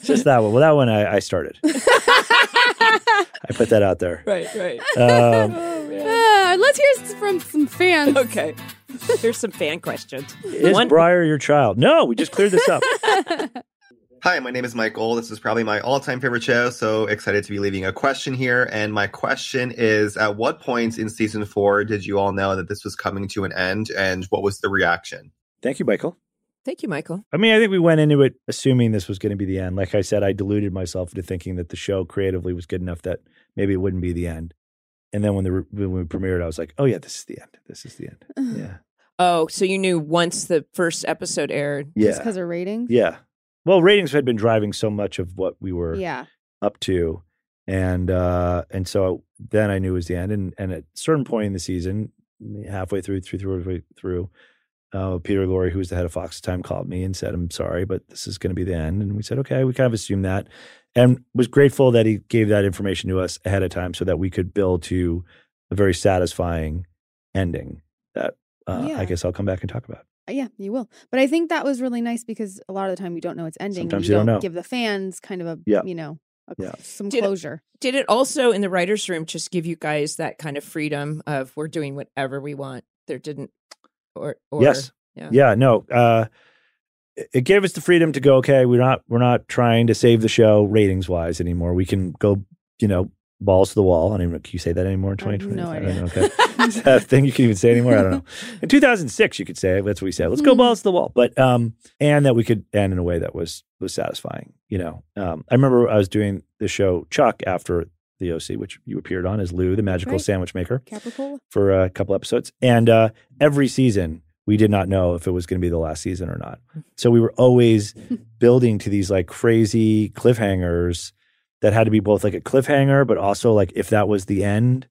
Speaker 2: just that one. Well, that one I, I started. I put that out there.
Speaker 3: Right, right.
Speaker 2: Um,
Speaker 3: Oh, man.
Speaker 1: Ah, let's hear s- from some fans.
Speaker 3: Okay. Here's some fan questions.
Speaker 2: is
Speaker 3: One-
Speaker 2: Briar your child? No, we just cleared this up.
Speaker 5: Hi, my name is Michael. This is probably my all time favorite show, so excited to be leaving a question here. And my question is At what point in season four did you all know that this was coming to an end, and what was the reaction?
Speaker 2: Thank you, Michael.
Speaker 3: Thank you, Michael.
Speaker 2: I mean, I think we went into it assuming this was going to be the end. Like I said, I deluded myself into thinking that the show creatively was good enough that maybe it wouldn't be the end. And then when the re- when we premiered, I was like, "Oh yeah, this is the end. This is the end." Yeah,
Speaker 3: Oh, so you knew once the first episode aired.
Speaker 1: Just
Speaker 2: yeah,
Speaker 1: because of ratings?
Speaker 2: yeah. Well, ratings had been driving so much of what we were
Speaker 1: Yeah.
Speaker 2: up to, and uh, and so then I knew it was the end. And and at a certain point in the season, halfway through, through, through, through, uh, Peter Lorre, who was the head of Fox at the time, called me and said, "I'm sorry, but this is going to be the end." And we said, "Okay." We kind of assumed that, and was grateful that he gave that information to us ahead of time so that we could build to a very satisfying ending that uh,
Speaker 1: Yeah.
Speaker 2: I guess I'll come back and talk about.
Speaker 1: Uh, Yeah, you will. But I think that was really nice because a lot of the time you don't know it's ending. and
Speaker 2: Sometimes you don't know.
Speaker 1: give the fans kind of a,
Speaker 2: Yeah.
Speaker 1: you know, a,
Speaker 2: Yeah.
Speaker 1: some
Speaker 3: Did-
Speaker 1: closure.
Speaker 3: Did it also in the writer's room just give you guys that kind of freedom of we're doing whatever we want? There didn't or, or
Speaker 2: Yes.
Speaker 3: Yeah.
Speaker 2: yeah no uh it- it gave us the freedom to go okay we're not we're not trying to save the show ratings wise anymore we can go you know balls to the wall i don't even can you say that anymore in
Speaker 1: I have
Speaker 2: 2020
Speaker 1: no
Speaker 2: don't
Speaker 1: idea.
Speaker 2: know, okay is that a thing you can even say anymore i don't know in 2006 you could say it. that's what we said let's go
Speaker 1: Mhm.
Speaker 2: balls to the wall but um and that we could end in a way that was was satisfying you know um i remember i was doing the show chuck after the oc which you appeared on as lou the magical
Speaker 1: right.
Speaker 2: sandwich maker
Speaker 1: Capricola?
Speaker 2: for a couple episodes. And uh, every season, we did not know if it was going to be the last season or not. So we were always building to these like crazy cliffhangers that had to be both like a cliffhanger, but also like if that was the end,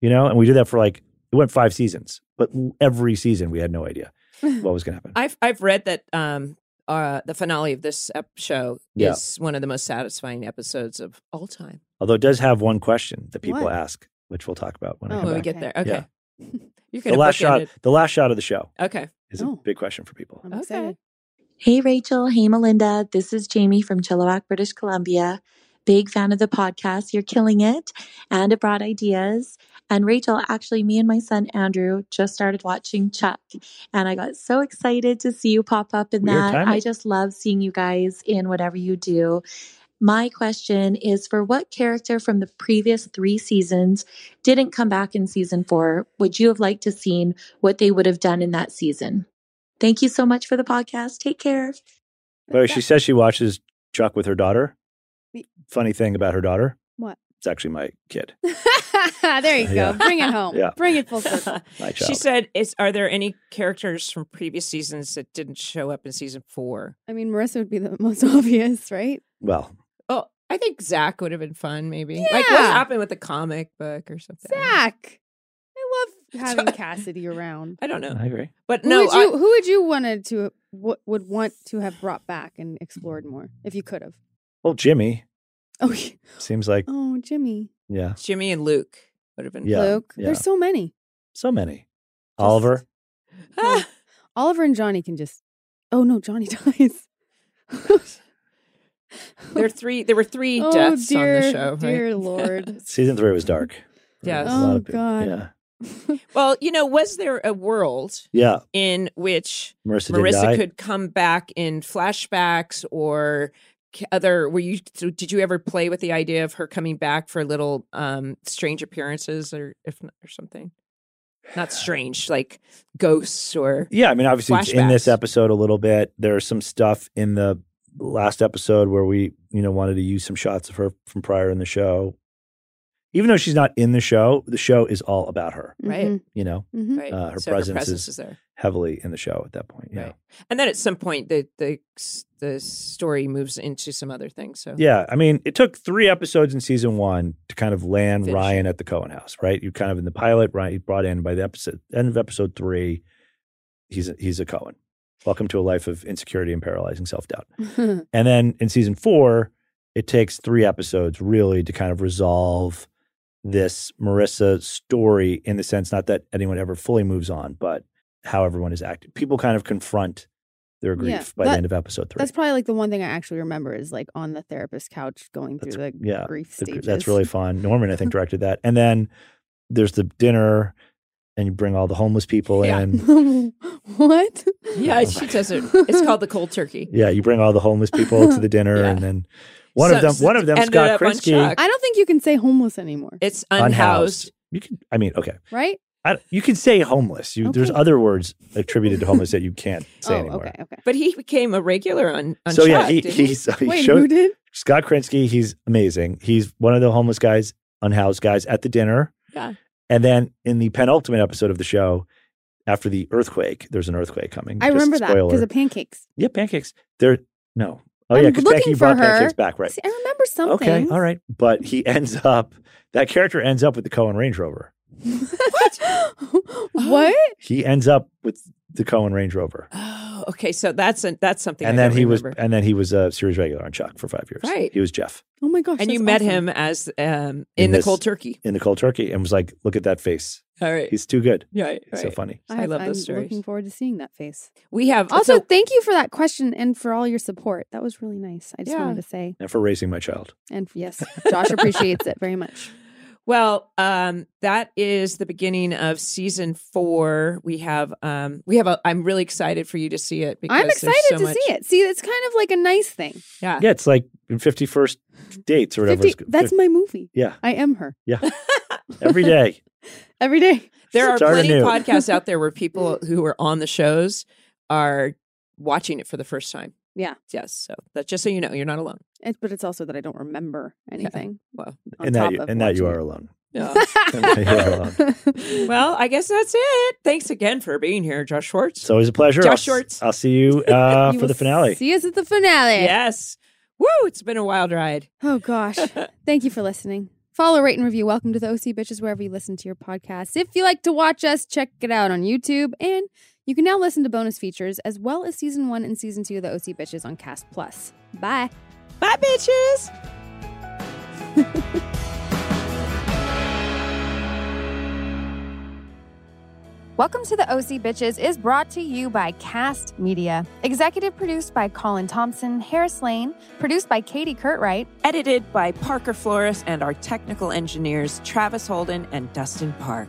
Speaker 2: you know? And we did that for like, it went five seasons, but every season we had no idea what was going to happen.
Speaker 3: I've I've read that um uh the finale of this ep- show
Speaker 2: Yeah.
Speaker 3: is one of the most satisfying episodes of all time.
Speaker 2: Although it does have one question that people
Speaker 1: What?
Speaker 2: ask, which we'll talk about when
Speaker 1: Oh,
Speaker 2: I come
Speaker 3: when we
Speaker 2: back.
Speaker 3: get
Speaker 1: Okay.
Speaker 3: there. Okay. You're
Speaker 2: the
Speaker 3: gonna
Speaker 2: last
Speaker 3: bookend
Speaker 2: shot,
Speaker 3: it.
Speaker 2: the last shot of the show
Speaker 3: Okay.
Speaker 2: is
Speaker 1: Oh.
Speaker 2: a big question for people.
Speaker 1: I'm
Speaker 3: Okay.
Speaker 1: excited.
Speaker 6: Hey, Rachel. Hey, Melinda. This is Jamie from Chilliwack, British Columbia. Big fan of the podcast. You're killing it and it brought ideas. And Rachel, actually, me and my son Andrew just started watching Chuck, and I got so excited to see you pop up in
Speaker 2: Weird
Speaker 6: that.
Speaker 2: timing.
Speaker 6: I just love seeing you guys in whatever you do. My question is for what character from the previous three seasons didn't come back in season four? Would you have liked to seen what they would have done in that season? Thank you so much for the podcast. Take care.
Speaker 2: But Oh, she says she watches Chuck with her daughter.
Speaker 1: We-
Speaker 2: Funny thing about her daughter.
Speaker 1: What?
Speaker 2: It's actually my kid,
Speaker 1: there you go.
Speaker 2: Yeah.
Speaker 1: Bring it home.
Speaker 2: Yeah.
Speaker 1: Bring it full circle.
Speaker 2: my child.
Speaker 3: she said, "Is are there any characters from previous seasons that didn't show up in season four?
Speaker 1: I mean, Marissa would be the most obvious, right?
Speaker 2: well,
Speaker 3: Oh, I think Zach would have been fun, maybe. Like what
Speaker 1: Yeah.
Speaker 3: happened with the comic book or something?
Speaker 1: Zach. I love having Cassidy around.
Speaker 3: I don't know,
Speaker 2: Oh, I agree.
Speaker 3: but
Speaker 1: who
Speaker 3: no,
Speaker 1: would you who would you wanted to what would want to have brought back and explored more if you could have?
Speaker 2: Well, Jimmy
Speaker 1: Oh, yeah.
Speaker 2: seems like
Speaker 1: oh, Jimmy,
Speaker 2: yeah,
Speaker 3: I- Jimmy and Luke would have been.
Speaker 2: Yeah,
Speaker 1: Luke.
Speaker 2: yeah.
Speaker 1: There's so many.
Speaker 2: so many. Oliver,
Speaker 3: Ah,
Speaker 1: Oliver and Johnny can just. Oh no, Johnny dies.
Speaker 3: there are three. There were three
Speaker 1: oh
Speaker 3: deaths
Speaker 1: dear,
Speaker 3: on the show. right?
Speaker 1: dear Lord.
Speaker 2: season three was dark.
Speaker 3: Yes.
Speaker 2: There was a lot
Speaker 1: Oh,
Speaker 2: of people-
Speaker 1: God.
Speaker 2: Yeah,
Speaker 3: Well, you know, was there a world
Speaker 2: yeah.
Speaker 3: in which
Speaker 2: Marissa, did
Speaker 3: Marissa
Speaker 2: die.
Speaker 3: could come back in flashbacks or c- other were you so did you ever play with the idea of her coming back for little um strange appearances or if not, or something not strange like ghosts or
Speaker 2: Yeah, I mean, obviously it's in this
Speaker 3: Flashbacks.
Speaker 2: episode a little bit. There's some stuff in the last episode where we, you know, wanted to use some shots of her from prior in the show. Even though she's not in the show, the show is all about her.
Speaker 3: Right.
Speaker 1: Mhm,
Speaker 2: You know,
Speaker 1: mhm.
Speaker 3: right?
Speaker 2: Uh, her
Speaker 3: so
Speaker 2: presence
Speaker 3: her presence
Speaker 2: is-
Speaker 3: is, there
Speaker 2: heavily in the show at that point. Yeah,
Speaker 3: Right. and then at some point the the s- the story moves into some other thing so
Speaker 2: yeah. I mean, it took three episodes in season one to kind of land
Speaker 3: Finish.
Speaker 2: Ryan at the Cohen house, right? You kind of in the pilot, Ryan he's brought in by the episode end of episode three. He's a, he's a Cohen. Welcome to a life of insecurity and paralyzing self doubt. And then in season four, it takes three episodes really to kind of resolve this Marissa story in the sense not that anyone ever fully moves on, but how everyone is acting. People kind of confront their grief
Speaker 1: Yeah,
Speaker 2: by the
Speaker 1: that-
Speaker 2: end of episode three.
Speaker 1: That's probably like the one thing I actually remember is like on the therapist couch going through the
Speaker 2: yeah,
Speaker 1: grief
Speaker 2: The gr-
Speaker 1: stages.
Speaker 2: That's really fun. Norman, I think, directed that. And then there's the dinner, and you bring all the homeless people
Speaker 3: Yeah.
Speaker 2: in.
Speaker 1: what?
Speaker 3: yeah she does it it's called the cold turkey
Speaker 2: Yeah, you bring all the homeless people to the dinner,
Speaker 3: Yeah.
Speaker 2: and then one of
Speaker 3: So-
Speaker 2: them, one of them,
Speaker 3: ended
Speaker 2: Scott
Speaker 3: up on
Speaker 2: Krinsky,
Speaker 3: Chuck.
Speaker 1: I don't think you can say homeless anymore,
Speaker 3: it's unhoused,
Speaker 2: You can, I mean, okay.
Speaker 1: right?
Speaker 2: I, you can say homeless. You, There's
Speaker 1: Okay.
Speaker 2: other words attributed to homeless that you can't say
Speaker 1: oh,
Speaker 2: anymore.
Speaker 1: okay, okay.
Speaker 3: but he became a regular on on
Speaker 2: So yeah,
Speaker 3: Chuck,
Speaker 2: he
Speaker 3: didn't
Speaker 2: he, so he
Speaker 1: Wait, who
Speaker 2: showed
Speaker 1: did?
Speaker 2: Scott Krinsky. He's amazing. He's one of the homeless guys, unhoused guys at the dinner.
Speaker 3: Yeah.
Speaker 2: And then in the penultimate episode of the show, after the earthquake, there's an earthquake coming.
Speaker 1: I
Speaker 2: Just
Speaker 1: remember that
Speaker 2: spoiler.
Speaker 1: because of pancakes.
Speaker 2: yeah, pancakes. They're no. Oh
Speaker 1: I'm
Speaker 2: yeah, because
Speaker 1: looking
Speaker 2: Becky
Speaker 1: for
Speaker 2: brought
Speaker 1: her.
Speaker 2: pancakes back, right?
Speaker 1: See, I remember something.
Speaker 2: Okay, all right. But he ends up. That character ends up with the Cohen Range Rover.
Speaker 3: Oh.
Speaker 1: what? what?
Speaker 2: He ends up with the Cohen Range Rover.
Speaker 3: Oh, okay. So that's an, that's something.
Speaker 2: and
Speaker 3: I
Speaker 2: then
Speaker 3: don't
Speaker 2: he was
Speaker 3: remember.
Speaker 2: and then he was a series regular on Chuck for five years.
Speaker 3: Right.
Speaker 2: He was Jeff
Speaker 1: Oh my gosh!
Speaker 3: and you
Speaker 1: that's
Speaker 3: met
Speaker 1: awesome.
Speaker 3: him as um, in,
Speaker 2: In
Speaker 3: the
Speaker 2: this-
Speaker 3: cold turkey.
Speaker 2: in the cold turkey and was like, look at that face.
Speaker 3: All right.
Speaker 2: He's too good.
Speaker 3: yeah. Right.
Speaker 2: He's so funny.
Speaker 3: I love
Speaker 1: I'm
Speaker 3: those stories.
Speaker 1: Looking forward to seeing that face.
Speaker 3: We have
Speaker 1: Also,
Speaker 3: so-
Speaker 1: thank you for that question and for all your support. That was really nice. I just wanted to say,
Speaker 2: And for raising my child.
Speaker 1: and yes, Josh appreciates it very much.
Speaker 3: well, um, that is the beginning of season four. We have um, we have a. I'm really excited for you to see it. Because
Speaker 1: I'm
Speaker 3: there's
Speaker 1: excited
Speaker 3: so
Speaker 1: to
Speaker 3: much-
Speaker 1: see it. See, it's kind of like a nice thing.
Speaker 3: Yeah.
Speaker 2: Yeah, it's like fifty first dates or whatever.
Speaker 1: 50
Speaker 2: it's-
Speaker 1: that's my movie.
Speaker 2: yeah.
Speaker 1: I am her
Speaker 2: Every day.
Speaker 1: every day.
Speaker 3: There are
Speaker 2: Start
Speaker 3: plenty
Speaker 2: anew.
Speaker 3: of podcasts out there where people who are on the shows are watching it for the first time.
Speaker 1: Yeah.
Speaker 3: Yes. So that's just so you know, you're not alone.
Speaker 1: It's, but it's also that I don't remember anything.
Speaker 3: Wow.
Speaker 1: on
Speaker 2: and that
Speaker 1: top
Speaker 2: you,
Speaker 1: of
Speaker 2: and that you
Speaker 1: watching
Speaker 2: are alone.
Speaker 3: Yeah.
Speaker 2: you are alone.
Speaker 1: it.
Speaker 3: well, I guess that's it. Thanks again for being here, Josh Schwartz.
Speaker 2: It's always a pleasure.
Speaker 3: Josh
Speaker 2: I'll s-
Speaker 3: Schwartz.
Speaker 2: I'll see you uh,
Speaker 1: You
Speaker 2: for the
Speaker 1: will
Speaker 2: finale.
Speaker 1: See us at the finale.
Speaker 3: Yes. Woo, it's been a wild ride.
Speaker 1: Oh gosh. Thank you for listening. Follow, rate, and review. Welcome to the OC Bitches, wherever you listen to your podcasts. If you like to watch us, check it out on YouTube. And you can now listen to bonus features as well as season one and season two of the OC Bitches on Cast Plus. Bye.
Speaker 3: Bye, bitches.
Speaker 1: Welcome to the OC Bitches is brought to you by Cast Media. Executive produced by Colin Thompson, Harris Lane, produced by Katie Curtwright.
Speaker 3: Edited by Parker Flores and our technical engineers, Travis Holden and Dustin Park.